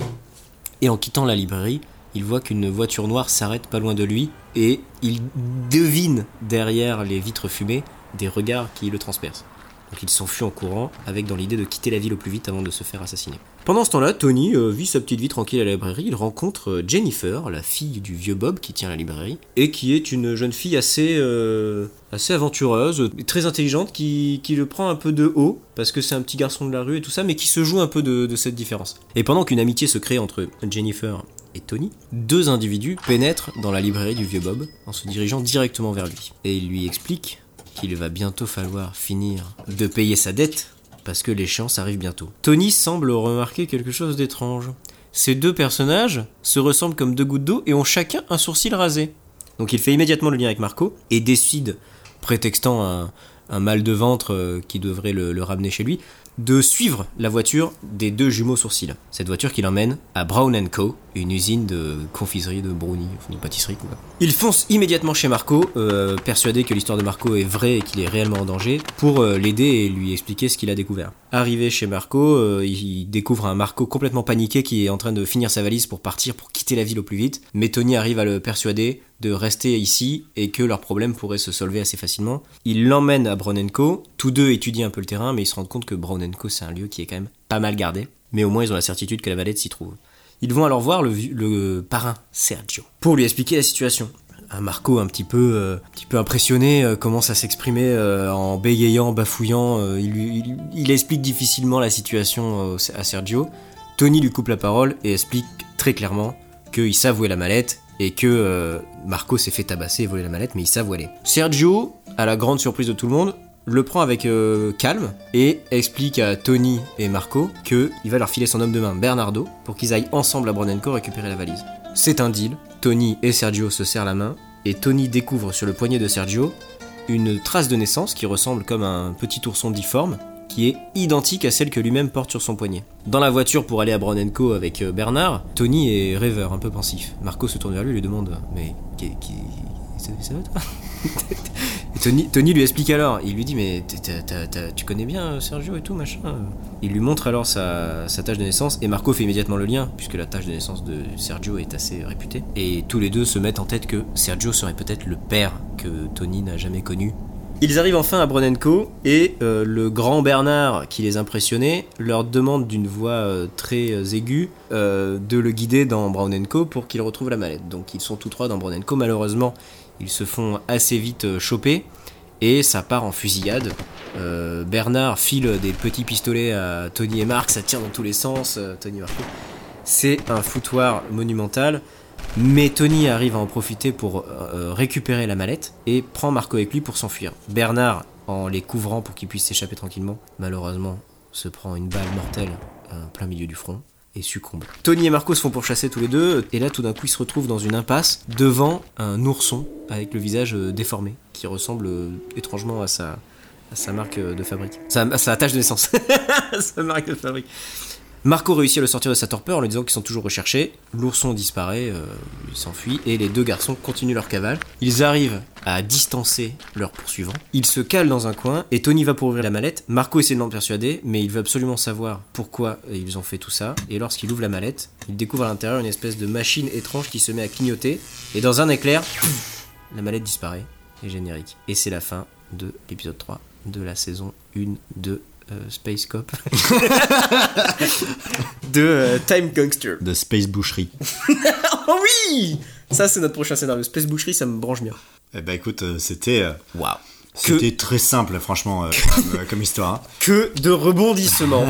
et en quittant la librairie, il voit qu'une voiture noire s'arrête pas loin de lui, et il devine derrière les vitres fumées des regards qui le transpercent. Donc il s'enfuit en courant, avec dans l'idée de quitter la ville au plus vite avant de se faire assassiner. Pendant ce temps-là, Tony euh, vit sa petite vie tranquille à la librairie. Il rencontre euh, Jennifer, la fille du vieux Bob qui tient la librairie, et qui est une jeune fille assez, euh, assez aventureuse, euh, très intelligente, qui, qui le prend un peu de haut, parce que c'est un petit garçon de la rue et tout ça, mais qui se joue un peu de, de cette différence. Et pendant qu'une amitié se crée entre Jennifer et Tony, deux individus pénètrent dans la librairie du vieux Bob en se dirigeant directement vers lui. Et il lui explique qu'il va bientôt falloir finir de payer sa dette parce que l'échéance arrive bientôt. Tony semble remarquer quelque chose d'étrange. Ces deux personnages se ressemblent comme deux gouttes d'eau et ont chacun un sourcil rasé. Donc il fait immédiatement le lien avec Marco et décide, prétextant un, un mal de ventre euh, qui devrait le, le ramener chez lui, de suivre la voiture des deux jumeaux sourcils. Cette voiture qui l'emmène à Brown Co., une usine de confiserie, de brownie, enfin, de pâtisserie quoi. Il fonce immédiatement chez Marco, euh, persuadé que l'histoire de Marco est vraie et qu'il est réellement en danger, pour euh, l'aider et lui expliquer ce qu'il a découvert. Arrivé chez Marco, euh, il découvre un Marco complètement paniqué qui est en train de finir sa valise pour partir, pour quitter la ville au plus vite, mais Tony arrive à le persuader de rester ici et que leur problème pourrait se solver assez facilement. Il l'emmène à Brown Co. Tous deux étudient un peu le terrain, mais ils se rendent compte que Brown Co. c'est un lieu qui est quand même pas mal gardé. Mais au moins ils ont la certitude que la valette s'y trouve. Ils vont alors voir le, vieux- le parrain Sergio pour lui expliquer la situation. Un Marco un petit peu, euh, un petit peu impressionné euh, commence à s'exprimer euh, en bégayant, bafouillant. euh, il, lui- il- il explique difficilement la situation euh, à Sergio. Tony lui coupe la parole et explique très clairement qu'ils savent où est la mallette et que euh, Marco s'est fait tabasser et voler la mallette, mais ils savent où elle est. Sergio, à la grande surprise de tout le monde, le prend avec euh, calme et explique à Tony et Marco que il va leur filer son homme de main, Bernardo, pour qu'ils aillent ensemble à Brandenco récupérer la valise. C'est un deal. Tony et Sergio se serrent la main et Tony découvre sur le poignet de Sergio une trace de naissance qui ressemble comme un petit ourson difforme qui est identique à celle que lui-même porte sur son poignet. Dans la voiture pour aller à Brandenco avec euh, Bernard, Tony est rêveur, un peu pensif. Marco se tourne vers lui et lui demande Mais qu'est- qu'est- ça, ça va toi Et Tony, Tony lui explique alors. Il lui dit Mais t'es- t'as- t'as- t'as- tu connais bien euh, Sergio et tout, machin. Il lui montre alors sa, sa tâche de naissance et Marco fait immédiatement le lien, puisque la tâche de naissance de Sergio est assez réputée. Et tous les deux se mettent en tête que Sergio serait peut-être le père que Tony n'a jamais connu. Ils arrivent enfin à Brunenko et euh, le grand Bernard qui les impressionnait leur demande d'une voix euh, très euh, aiguë euh, de le guider dans Brunenko pour qu'il retrouve la mallette. Donc ils sont tous trois dans Brunenko. Malheureusement, ils se font assez vite euh, choper et ça part en fusillade. Euh, Bernard file des petits pistolets à Tony et Marc, ça tire dans tous les sens. euh, Tony et Marco. C'est un foutoir monumental. Mais Tony arrive à en profiter pour euh, récupérer la mallette et prend Marco avec lui pour s'enfuir. Bernard, en les couvrant pour qu'ils puissent s'échapper tranquillement, malheureusement se prend une balle mortelle euh, plein milieu du front et succombe. Tony et Marco se font pourchasser tous les deux et là tout d'un coup ils se retrouvent dans une impasse devant un ourson avec le visage euh, déformé qui ressemble euh, étrangement à sa, à sa marque euh, de fabrique. Sa, à sa tâche de naissance. sa marque de fabrique. Marco réussit à le sortir de sa torpeur en lui disant qu'ils sont toujours recherchés. L'ourson disparaît, euh, il s'enfuit et les deux garçons continuent leur cavale. Ils arrivent à distancer leurs poursuivants. Ils se calent dans un coin et Tony va pour ouvrir la mallette. Marco essaie de l'en persuader, mais il veut absolument savoir pourquoi ils ont fait tout ça. Et lorsqu'il ouvre la mallette, il découvre à l'intérieur une espèce de machine étrange qui se met à clignoter. Et dans un éclair, pff, la mallette disparaît. Et générique. Et c'est la fin de l'épisode 3 de la saison 1 de euh, Space Cop De euh, Time Gangster. De Space Boucherie. Oh oui Ça, c'est notre prochain scénario. Space Boucherie, ça me branche bien. Eh ben écoute, euh, c'était euh, Waouh. Que- c'était très simple, franchement, euh, comme, euh, comme histoire. hein. Que de rebondissements.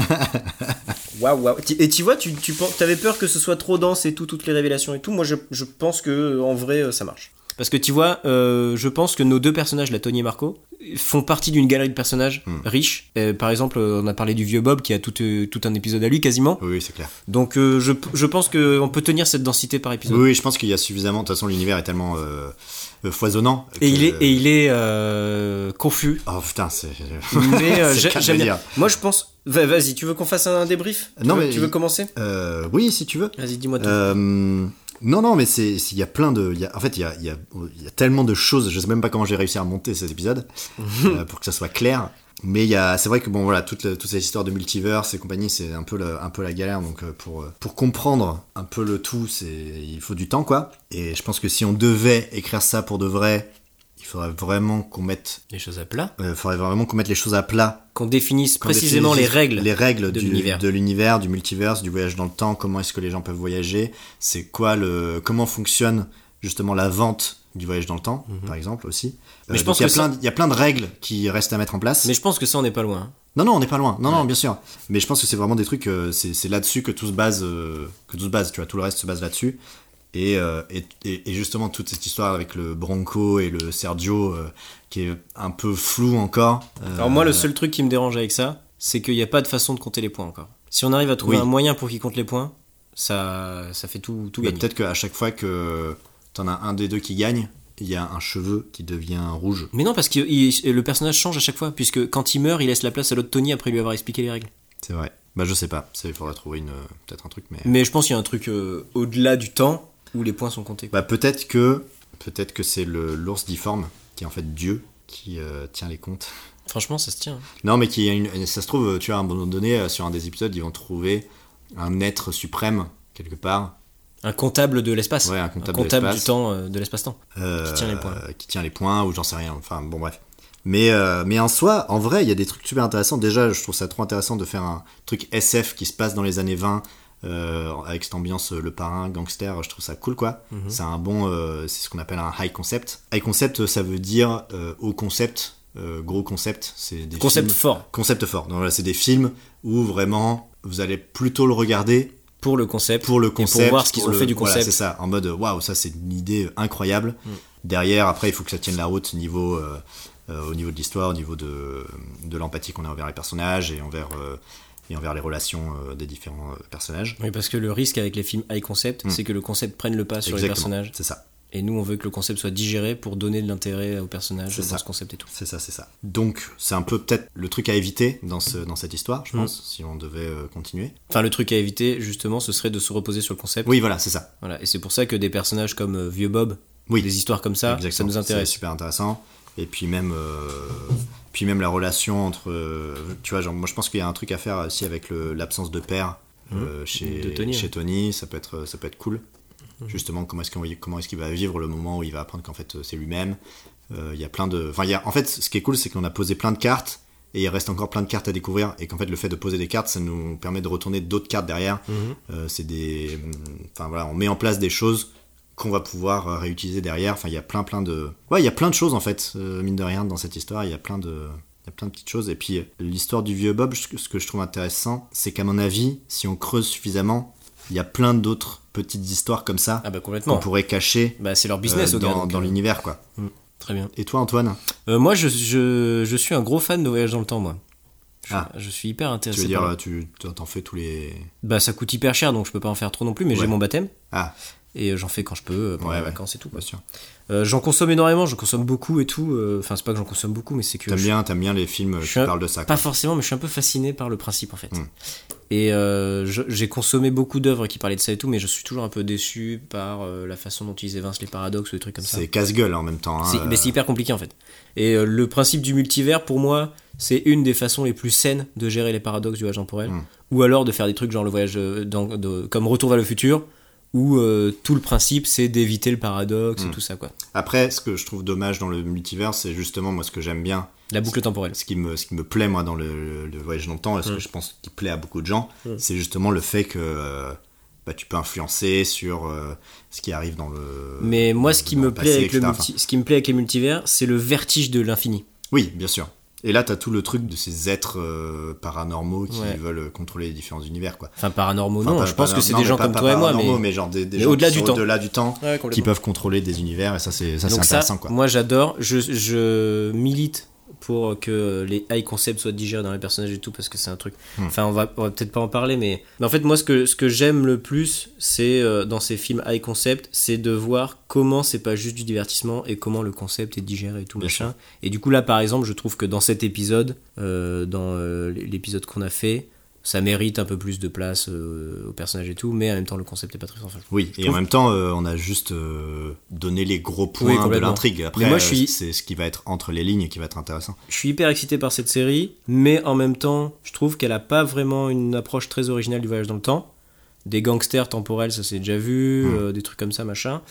Waouh, waouh. Tu- Et tu vois, tu, tu avais peur que ce soit trop dense et tout, toutes les révélations et tout. Moi, je, je pense que euh, en vrai, euh, ça marche. Parce que tu vois, euh, je pense que nos deux personnages, la Tony et Marco, font partie d'une galerie de personnages Hmm. riches. Euh, par exemple, euh, on a parlé du vieux Bob qui a tout, euh, tout un épisode à lui quasiment. Oui, oui, c'est clair. Donc euh, je, je pense qu'on peut tenir cette densité par épisode. Oui, oui, je pense qu'il y a suffisamment. De toute façon, l'univers est tellement euh, euh, foisonnant. Et que- il est, et il est euh, confus. Oh putain, c'est. Mais euh, C'est j'a- le cas de j'aime le bien. dire. Moi je pense. Va- Vas-y, tu veux qu'on fasse un débrief Tu Non, veux- mais Tu veux il- commencer Euh, oui, si tu veux. Vas-y, dis-moi tout. Euh, non, non, mais c'est il y a plein de, il y a- en fait, il y a, il y a- il y a tellement de choses. Je sais même pas comment j'ai réussi à monter cet épisode euh, pour que ça soit clair. Mais il y a, c'est vrai que bon voilà, toutes les- toutes ces histoires de multivers et compagnie, c'est un peu le- un peu la galère. Donc euh, pour euh, pour comprendre un peu le tout, c'est il faut du temps quoi. Et je pense que si on devait écrire ça pour de vrai, il faudrait vraiment qu'on mette, Les choses à plat. euh, faudrait vraiment qu'on mette les choses à plat Qu'on définisse qu'on précisément les définisse règles. les règles de du- l'univers. de l'univers, du multiverse, du voyage dans le temps. Comment est-ce que les gens peuvent voyager C'est quoi le comment fonctionne justement la vente du voyage dans le temps, par exemple aussi. Mhm. Euh, Mais je donc pense il y a que plein, il y a plein de règles qui restent à mettre en place. Mais je pense que ça on n'est pas loin. hein. Non, non, on n'est pas loin. Non, non, bien sûr. Mais je pense que c'est vraiment des trucs. euh, c'est c'est là-dessus que tout se base. euh, que tout se base. Tu vois, tout le reste se base là-dessus. Et, euh, et, et- et justement, toute cette histoire avec le Bronco et le Sergio, euh, qui est un peu flou encore. euh, Alors moi le seul truc qui me dérange avec ça, c'est qu'il n'y a pas de façon de compter les points encore. Si on arrive à trouver Oui. un moyen pour qu'ils comptent les points, ça, ça fait tout, tout Bah, gagner. Peut-être qu'à chaque fois que t'en as un des deux qui gagne, il y a un cheveu qui devient rouge. Mais non, parce que il- le personnage change à chaque fois, puisque quand il meurt, il laisse la place à l'autre Tony après lui avoir expliqué les règles. C'est vrai. Bah je sais pas, C'est- il faudra trouver une euh, peut-être un truc mais Mais je pense qu'il y a un truc euh, au-delà du temps où les points sont comptés. bah peut-être que peut-être que c'est le l'ours difforme qui est en fait Dieu qui euh, tient les comptes. Franchement, ça se tient. hein. Non mais qui a une ça se trouve tu vois à un moment donné euh, sur un des épisodes, ils vont trouver un être suprême quelque part Un comptable de l'espace. Ouais, un comptable de du l'espace. temps, euh, de l'espace-temps. euh, Qui tient les points. qui tient les points, ou j'en sais rien. Enfin, bon, bref. Mais, euh, mais en soi, en vrai, il y a des trucs super intéressants. Déjà, je trouve ça trop intéressant de faire un truc SF qui se passe dans les années 20, euh, avec cette ambiance euh, le parrain, gangster. Je trouve ça cool, quoi. Mhm. C'est un bon. euh, c'est ce qu'on appelle un high concept. High concept, ça veut dire euh, haut concept, euh, gros concept. C'est des Concept films- fort. Concept fort. Donc voilà, c'est des films où vraiment vous allez plutôt le regarder Pour le concept. pour le pour concept. voir ce qu'ils pour ont le- fait du voilà, concept. Mm. c'est ça, en mode waouh, ça c'est une idée incroyable. Derrière, après, il faut que ça tienne la route niveau, euh, euh, au niveau de l'histoire, au niveau de, de l'empathie qu'on a envers les personnages et envers, euh, et envers les relations euh, des différents euh, personnages. Oui, parce que le risque avec les films high concept, c'est que le concept prenne le pas sur les Hmm. Exactement, personnages. C'est ça, Et nous, on veut que le concept soit digéré pour donner de l'intérêt aux personnages dans ça. ce concept et tout. c'est ça, c'est ça. Donc, c'est un peu peut-être le truc à éviter dans, ce, dans cette histoire, Mm. je pense, si on devait euh, continuer. Enfin, le truc à éviter, justement, ce serait de se reposer sur le concept. Oui, voilà, c'est ça. Voilà. Et c'est pour ça que des personnages comme euh, Vieux Bob, Oui. Des histoires comme ça, ça Exactement, nous C'est intéresse. super intéressant. Et puis même, euh, puis même la relation entre, euh, tu vois, genre, moi je pense qu'il y a un truc à faire aussi avec le- l'absence de père euh, chez, Mmh. De Tony, chez ouais. Mmh. Tony. Ça peut être, ça peut être cool. Justement, comment est-ce qu'il comment est-ce qu'il va vivre le moment où il va apprendre qu'en fait euh, c'est lui-même. Euh, Il y a plein de, enfin, il y a, en fait, ce qui est cool, c'est qu'on a posé plein de cartes. Et il reste encore plein de cartes à découvrir, et qu'en fait le fait de poser des cartes, ça nous permet de retourner d'autres cartes derrière. Euh, c'est des, enfin voilà, on met en place des choses qu'on va pouvoir euh, réutiliser derrière. Enfin, il y a plein, plein de. Ouais, il y a plein de choses en fait, euh, mine de rien, dans cette histoire. Il y a plein de. Il y a plein de petites choses. Et puis, euh, l'histoire du vieux Bob, ce ce que je trouve intéressant, c'est qu'à mon avis, si on creuse suffisamment, il y a plein d'autres petites histoires comme ça Ah bah qu'on complètement. pourrait cacher Bah c'est leur euh, business au gars, dans, donc, dans euh, l'univers, quoi. Très bien. Et toi, Antoine Euh, moi, je, je, je suis un gros fan de voyage dans le temps, moi. Je, Ah. je suis hyper Tu intéressé. veux par dire, euh, le- tu t'en t'en fais tous les. Bah, ça coûte hyper cher, donc je peux pas en faire trop non plus, mais Ouais. j'ai mon baptême Ah, et euh, j'en fais quand je peux, euh, pendant Ouais, les ouais. vacances et tout. quoi. bien sûr. Euh, j'en consomme énormément, je consomme beaucoup et tout. euh, Enfin, c'est pas que j'en consomme beaucoup, mais c'est que T'aimes je- bien, t'aimes bien les films euh, je qui suis un- parlent de ça. Pas quoi. forcément, mais je suis un peu fasciné par le principe en fait. Mm. Et euh, je- j'ai consommé beaucoup d'œuvres qui parlaient de ça et tout, mais je suis toujours un peu déçu par euh, la façon dont ils évincent les paradoxes ou des trucs comme ça. C'est casse-gueule en même temps. hein, C'est euh, mais c'est hyper compliqué en fait. Et euh, le principe du multivers, pour moi, c'est une des façons les plus saines de gérer les paradoxes du voyage temporel. Mm. Ou alors de faire des trucs genre le voyage euh, dans- de- comme Retour vers le futur, où euh, tout le principe c'est d'éviter le paradoxe Mm. et tout ça quoi. Après, ce que je trouve dommage dans le multivers, c'est justement moi ce que j'aime bien, La boucle temporelle. ce qui me, ce qui me plaît moi dans le, le voyage dans le temps, et ce Mm. que je pense qui plaît à beaucoup de gens, Mm. c'est justement le fait que euh, bah, tu peux influencer sur euh, ce qui arrive dans le. Mais moi, ce qui me dans plaît passé, avec le etc. multi- ce qui me plaît avec les multivers, c'est le vertige de l'infini. Enfin, oui, bien sûr. Et là, t'as tout le truc de ces êtres euh, paranormaux qui Ouais. veulent contrôler les différents univers, quoi. Enfin, paranormaux, Enfin, non. pas- je pense pas- que c'est non, des mais gens pas- comme pas toi et moi, mais, paranormaux, mais genre des, des mais gens au-delà qui du sont temps. au-delà du temps, Ouais, qui complètement. peuvent contrôler des univers, et ça, c'est ça, c'est Donc ça, intéressant, quoi. moi j'adore. Je, je milite pour que les high concepts soient digérés dans les personnages et tout parce que c'est un truc. Hmm. Enfin, on va, on va peut-être pas en parler, mais, mais en fait, moi, ce que, ce que j'aime le plus, c'est euh, dans ces films high concept, c'est de voir comment c'est pas juste du divertissement et comment le concept est digéré et tout Bien machin. Et du coup, là, par exemple, je trouve que dans cet épisode, euh, dans euh, l'épisode qu'on a fait. Ça mérite un peu plus de place euh, au personnage et tout, mais en même temps, le concept est pas très fort. Enfin, je- Oui, et en trouve- même temps, euh, on a juste euh, donné les gros Oui, points de complètement. l'intrigue. Après, Mais moi, euh, je suis- c'est ce qui va être entre les lignes qui va être intéressant. Je suis hyper excité par cette série, mais en même temps, je trouve qu'elle a pas vraiment une approche très originale du voyage dans le temps. Des gangsters temporels, ça c'est déjà vu, Mm. euh, des trucs comme ça, machin.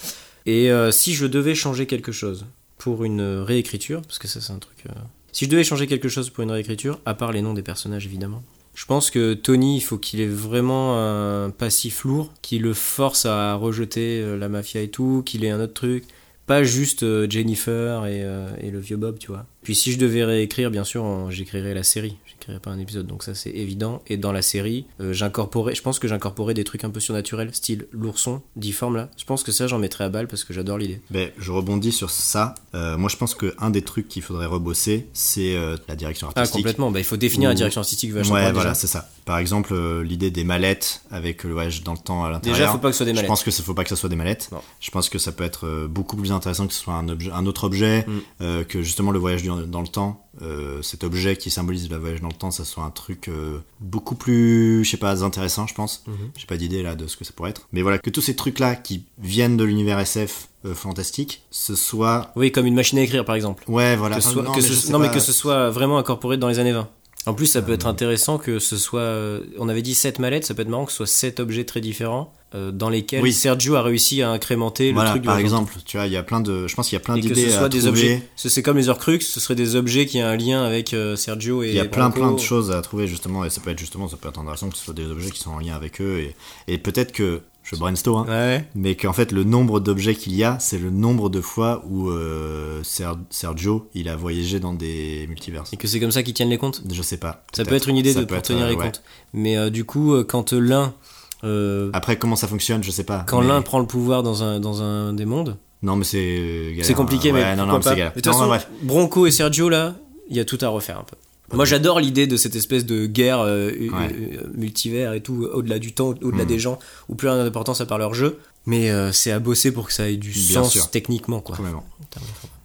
Et euh, si je devais changer quelque chose pour une euh, réécriture, parce que ça c'est un truc. euh, Si je devais changer quelque chose pour une réécriture, à part les noms des personnages évidemment, je pense que Tony, il faut qu'il ait vraiment un passif lourd, qui le force à rejeter euh, la mafia et tout, qu'il ait un autre truc pas juste euh, Jennifer et, euh, et le vieux Bob, tu vois. Puis si je devais réécrire, bien sûr, en- j'écrirais la série. J'écrirais pas un épisode, donc ça c'est évident. Et dans la série, euh, j'incorporais, je pense que j'incorporais des trucs un peu surnaturels, style l'ourson difforme là. Je pense que ça j'en mettrais à balle parce que j'adore l'idée. Ben, je rebondis sur ça. Euh, moi, je pense qu'un des trucs qu'il faudrait rebosser, c'est euh, la direction Ah artistique. complètement. Bah, il faut définir Ou- la direction artistique vachement. Ouais, bien, voilà, Déjà, c'est ça. Par exemple, euh, l'idée des mallettes avec le voyage dans le temps à l'intérieur. Déjà, faut pas que ce soit des Je mallettes. pense que ça faut pas que ça soit des mallettes. Non. Je pense que ça peut être euh, beaucoup plus intéressant que ce soit un, objet, un autre objet, Mm. euh, que justement le voyage du- dans le temps, euh, cet objet qui symbolise le voyage dans le temps, ça soit un truc euh, beaucoup plus, je sais pas, intéressant, je pense. Mm-hmm. J'ai pas d'idée là de ce que ça pourrait être. Mais voilà, que tous ces trucs-là qui viennent de l'univers SF euh, fantastique, ce soit. Oui, comme une machine à écrire par exemple. Ouais, voilà. que ce Enfin, soit, que je ce- sais non, mais pas. Hmm. que ce soit vraiment incorporé dans les années 20. En plus, ça peut être intéressant que ce soit. euh, On avait dit 7 mallettes, ça peut être marrant que ce soit 7 objets très différents euh, dans lesquels Oui. Sergio a réussi à incrémenter le Voilà, truc du par voyage dans le exemple, tu vois, il y a plein de. Je pense qu'il y a plein et que ce d'idées soit à des trouver. objets. ce- C'est comme les Horcruxes, ce serait des objets qui ont un lien avec euh, Sergio et. Il y a plein Branco. plein de choses à trouver justement et ça peut être justement ça peut être intéressant que ce soit des objets qui sont en lien avec eux et, et peut-être que je brainstorm hein, Ouais. mais qu'en fait le nombre d'objets qu'il y a c'est le nombre de fois où euh, Ser- Sergio il a voyagé dans des multivers. Et que c'est comme ça qu'ils tiennent les comptes. Je sais pas. Ça peut peut-être. être une idée Ça de peut pour être, tenir euh, les ouais. comptes. Mais euh, du coup, euh, quand euh, l'un. euh, Après comment ça fonctionne je sais pas. quand Ah, mais- l'un prend le pouvoir dans un, dans un des mondes, non mais c'est galère, c'est compliqué, hein. mais. Ouais, non non pourquoi mais pas. c'est galère. Mais de toute Non, non, façon, bref. Bronco et Sergio, là, il y a tout à refaire un peu. Moi, j'adore l'idée de cette espèce de guerre euh, euh, multivers et tout, au-delà du temps, au-delà Mm. des gens, où plus rien n'a d'importance à part leur jeu. Mais euh, c'est à bosser pour que ça ait du Bien sens sûr. techniquement, quoi. Complètement.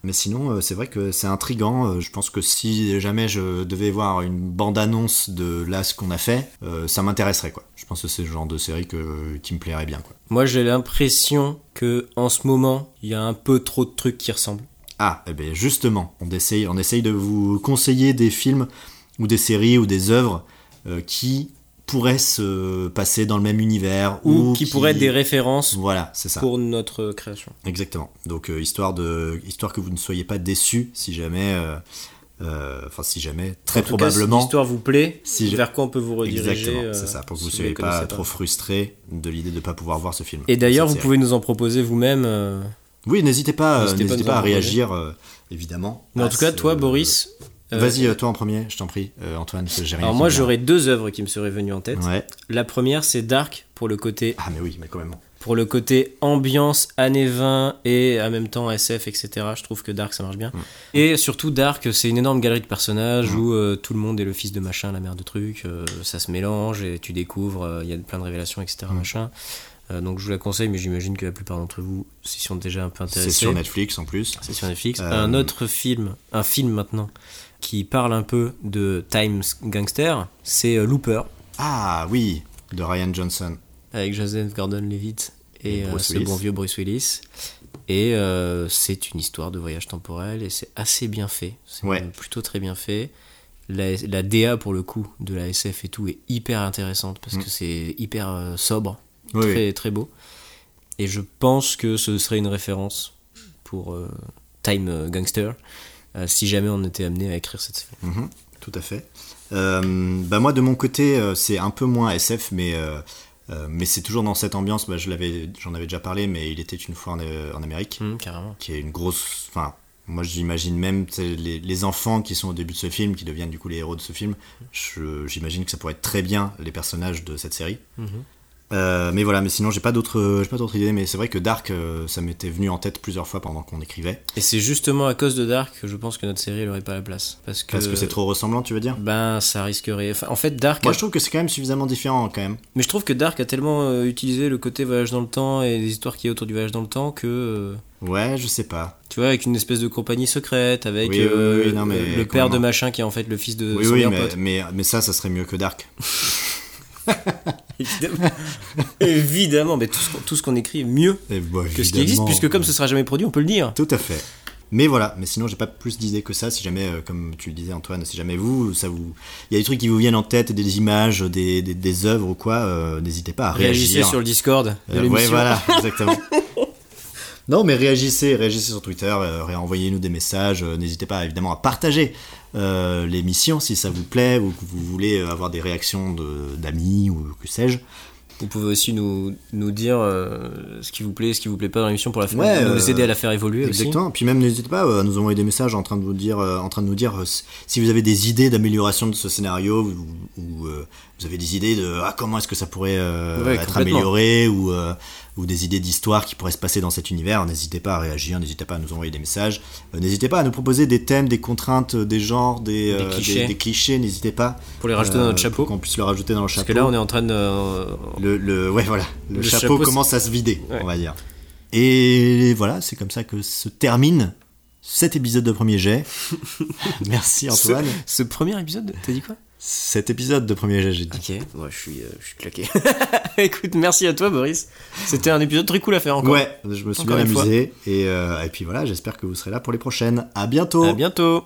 Mais sinon, euh, c'est vrai que c'est intriguant. Euh, Je pense que si jamais je devais voir une bande-annonce de là ce qu'on a fait, euh, ça m'intéresserait quoi. Je pense que c'est le genre de série que, qui me plairait bien quoi. Moi, j'ai l'impression que en ce moment, il y a un peu trop de trucs qui ressemblent. Ah, eh ben justement, on essaye, on essaye de vous conseiller des films ou des séries ou des œuvres euh, qui pourraient se passer dans le même univers Ou, qui, pourraient être des références Voilà, c'est ça. pour notre création. Exactement. Donc euh, histoire de histoire que vous ne soyez pas déçus si jamais euh, euh, enfin si jamais très En tout cas, si probablement l'histoire vous plaît, Si je- vers quoi on peut vous rediriger Exactement, euh, c'est ça, pour que vous ne si soyez le pas, connaissez trop frustrés de l'idée de ne pas pouvoir voir ce film. Et d'ailleurs, vous cette série. pouvez nous en proposer vous-même. euh. Oui, n'hésitez pas, euh, N'hésitez pas à n'hésitez nous pas, à envoyer. réagir, euh, évidemment. Mais en à tout cas, ce- toi, Boris. euh, Ah, euh, Vas-y, euh, toi en premier, je t'en prie, euh, Antoine, j'ai rien Alors qui moi, me vient. j'aurais deux œuvres qui me seraient venues en tête. Ouais. La première, c'est Dark pour le côté Ah, mais oui, mais quand même. pour le côté ambiance années 20 et en même temps SF, etc. Je trouve que Dark, ça marche bien. Et surtout, Dark, c'est une énorme galerie de personnages où euh, tout le monde est le fils de machin, la mère de truc. euh, ça se mélange et tu découvres, euh, il y a plein de révélations, etc. Machin. Euh, donc je vous la conseille, mais j'imagine que la plupart d'entre vous s'y sont déjà un peu C'est intéressés. sur Netflix en plus. C'est sur Netflix. Euh, Un autre film, un film maintenant, qui parle un peu de Times Gangster, c'est euh, Looper, Ah oui, de Ryan Johnson. avec Joseph Gordon-Levitt et, Et euh, Bruce ce Willis. bon vieux Bruce Willis. Et euh, c'est une histoire de voyage temporel et c'est assez bien fait. C'est Ouais. euh, plutôt très bien fait. La, la DA pour le coup de la SF et tout est hyper intéressante Mm. parce que c'est hyper euh, sobre, Oui, très, très beau. Et je pense que ce serait une référence pour euh, Time euh, Gangster euh, si jamais on était amené à écrire cette série. Mhm, tout à fait. Euh, bah moi de mon côté euh, c'est un peu moins SF mais euh, euh, mais c'est toujours dans cette ambiance. Bah, je l'avais j'en avais déjà parlé mais il était une fois en, euh, en Amérique Hum, carrément. qui est une grosse. Enfin moi j'imagine même tu sais, les, les enfants qui sont au début de ce film qui deviennent du coup les héros de ce film. je- J'imagine que ça pourrait être très bien les personnages de cette série. Mhm. Euh, mais voilà, mais sinon j'ai pas d'autres, j'ai pas d'autres idées. Mais c'est vrai que Dark, euh, ça m'était venu en tête plusieurs fois pendant qu'on écrivait, Et c'est justement à cause de Dark que je pense que notre série n'aurait pas la place. Parce que, parce que c'est trop ressemblant, tu veux dire Ben, ça risquerait. Enfin, en fait, Dark. Moi a- je trouve que c'est quand même suffisamment différent quand même. Mais je trouve que Dark a tellement euh, utilisé le côté voyage dans le temps et les histoires qui est autour du voyage dans le temps que. euh, Ouais, je sais pas. Tu vois, avec une espèce de compagnie secrète, avec Oui, oui, euh, oui, non, mais le père de complètement. machin qui est en fait le fils de Oui, son oui, meilleur mais, pote. mais, mais ça, ça serait mieux que Dark. Évidemment. Évidemment, mais tout ce qu'on- tout ce qu'on écrit est mieux Et bah, que ce qui existe, évidemment. puisque comme ce sera jamais produit, on peut le dire. Tout à fait. Mais voilà, mais sinon j'ai pas plus d'idées que ça. Si jamais, euh, comme tu le disais Antoine, si jamais vous, ça vous, il y a des trucs qui vous viennent en tête, des images, des, des, des œuvres ou quoi, euh, n'hésitez pas à Réagissez réagir. sur le Discord de Euh, l'émission. ouais, voilà, exactement. Non, mais réagissez, réagissez sur Twitter, euh, ré- envoyez-nous des messages. euh, N'hésitez pas évidemment à partager euh, l'émission si ça vous plaît ou que vous voulez euh, avoir des réactions de- d'amis ou que sais-je. Vous pouvez aussi nous, nous dire euh, ce qui vous plaît, ce qui vous plaît pas dans l'émission pour la faire, Ouais, nous euh, aider à la faire évoluer aussi. Exactement. Puis même n'hésitez pas euh, à nous envoyer des messages en train de vous dire, euh, en train de nous dire euh, si- si vous avez des idées d'amélioration de ce scénario ou, ou, euh, vous avez des idées de ah, comment est-ce que ça pourrait euh, Ouais, être complètement. amélioré ou euh, ou des idées d'histoire qui pourraient se passer dans cet univers. N'hésitez pas à réagir, n'hésitez pas à nous envoyer des messages, Euh, n'hésitez pas à nous proposer des thèmes, des contraintes, euh, des genres, des, euh, clichés. des clichés. N'hésitez pas euh, Pour les rajouter dans notre pour chapeau. qu'on puisse le rajouter dans le chapeau. Parce que là, on est en train de. euh, Le, le- ouais, voilà. Le, Le chapeau, chapeau, commence à se vider, Ouais. on va dire. Et voilà, c'est comme ça que se termine cet épisode de Premier Jet. Merci Antoine. ce premier épisode, t'as dit quoi Cet épisode de Premier Jet, j'ai dit. Ok, moi je suis, euh, je suis claqué. Écoute, merci à toi Boris. C'était un épisode très cool à faire encore. Ouais, je me suis Encore bien une amusé. Et, euh, et puis voilà, j'espère que vous serez là pour les prochaines. À bientôt. À bientôt.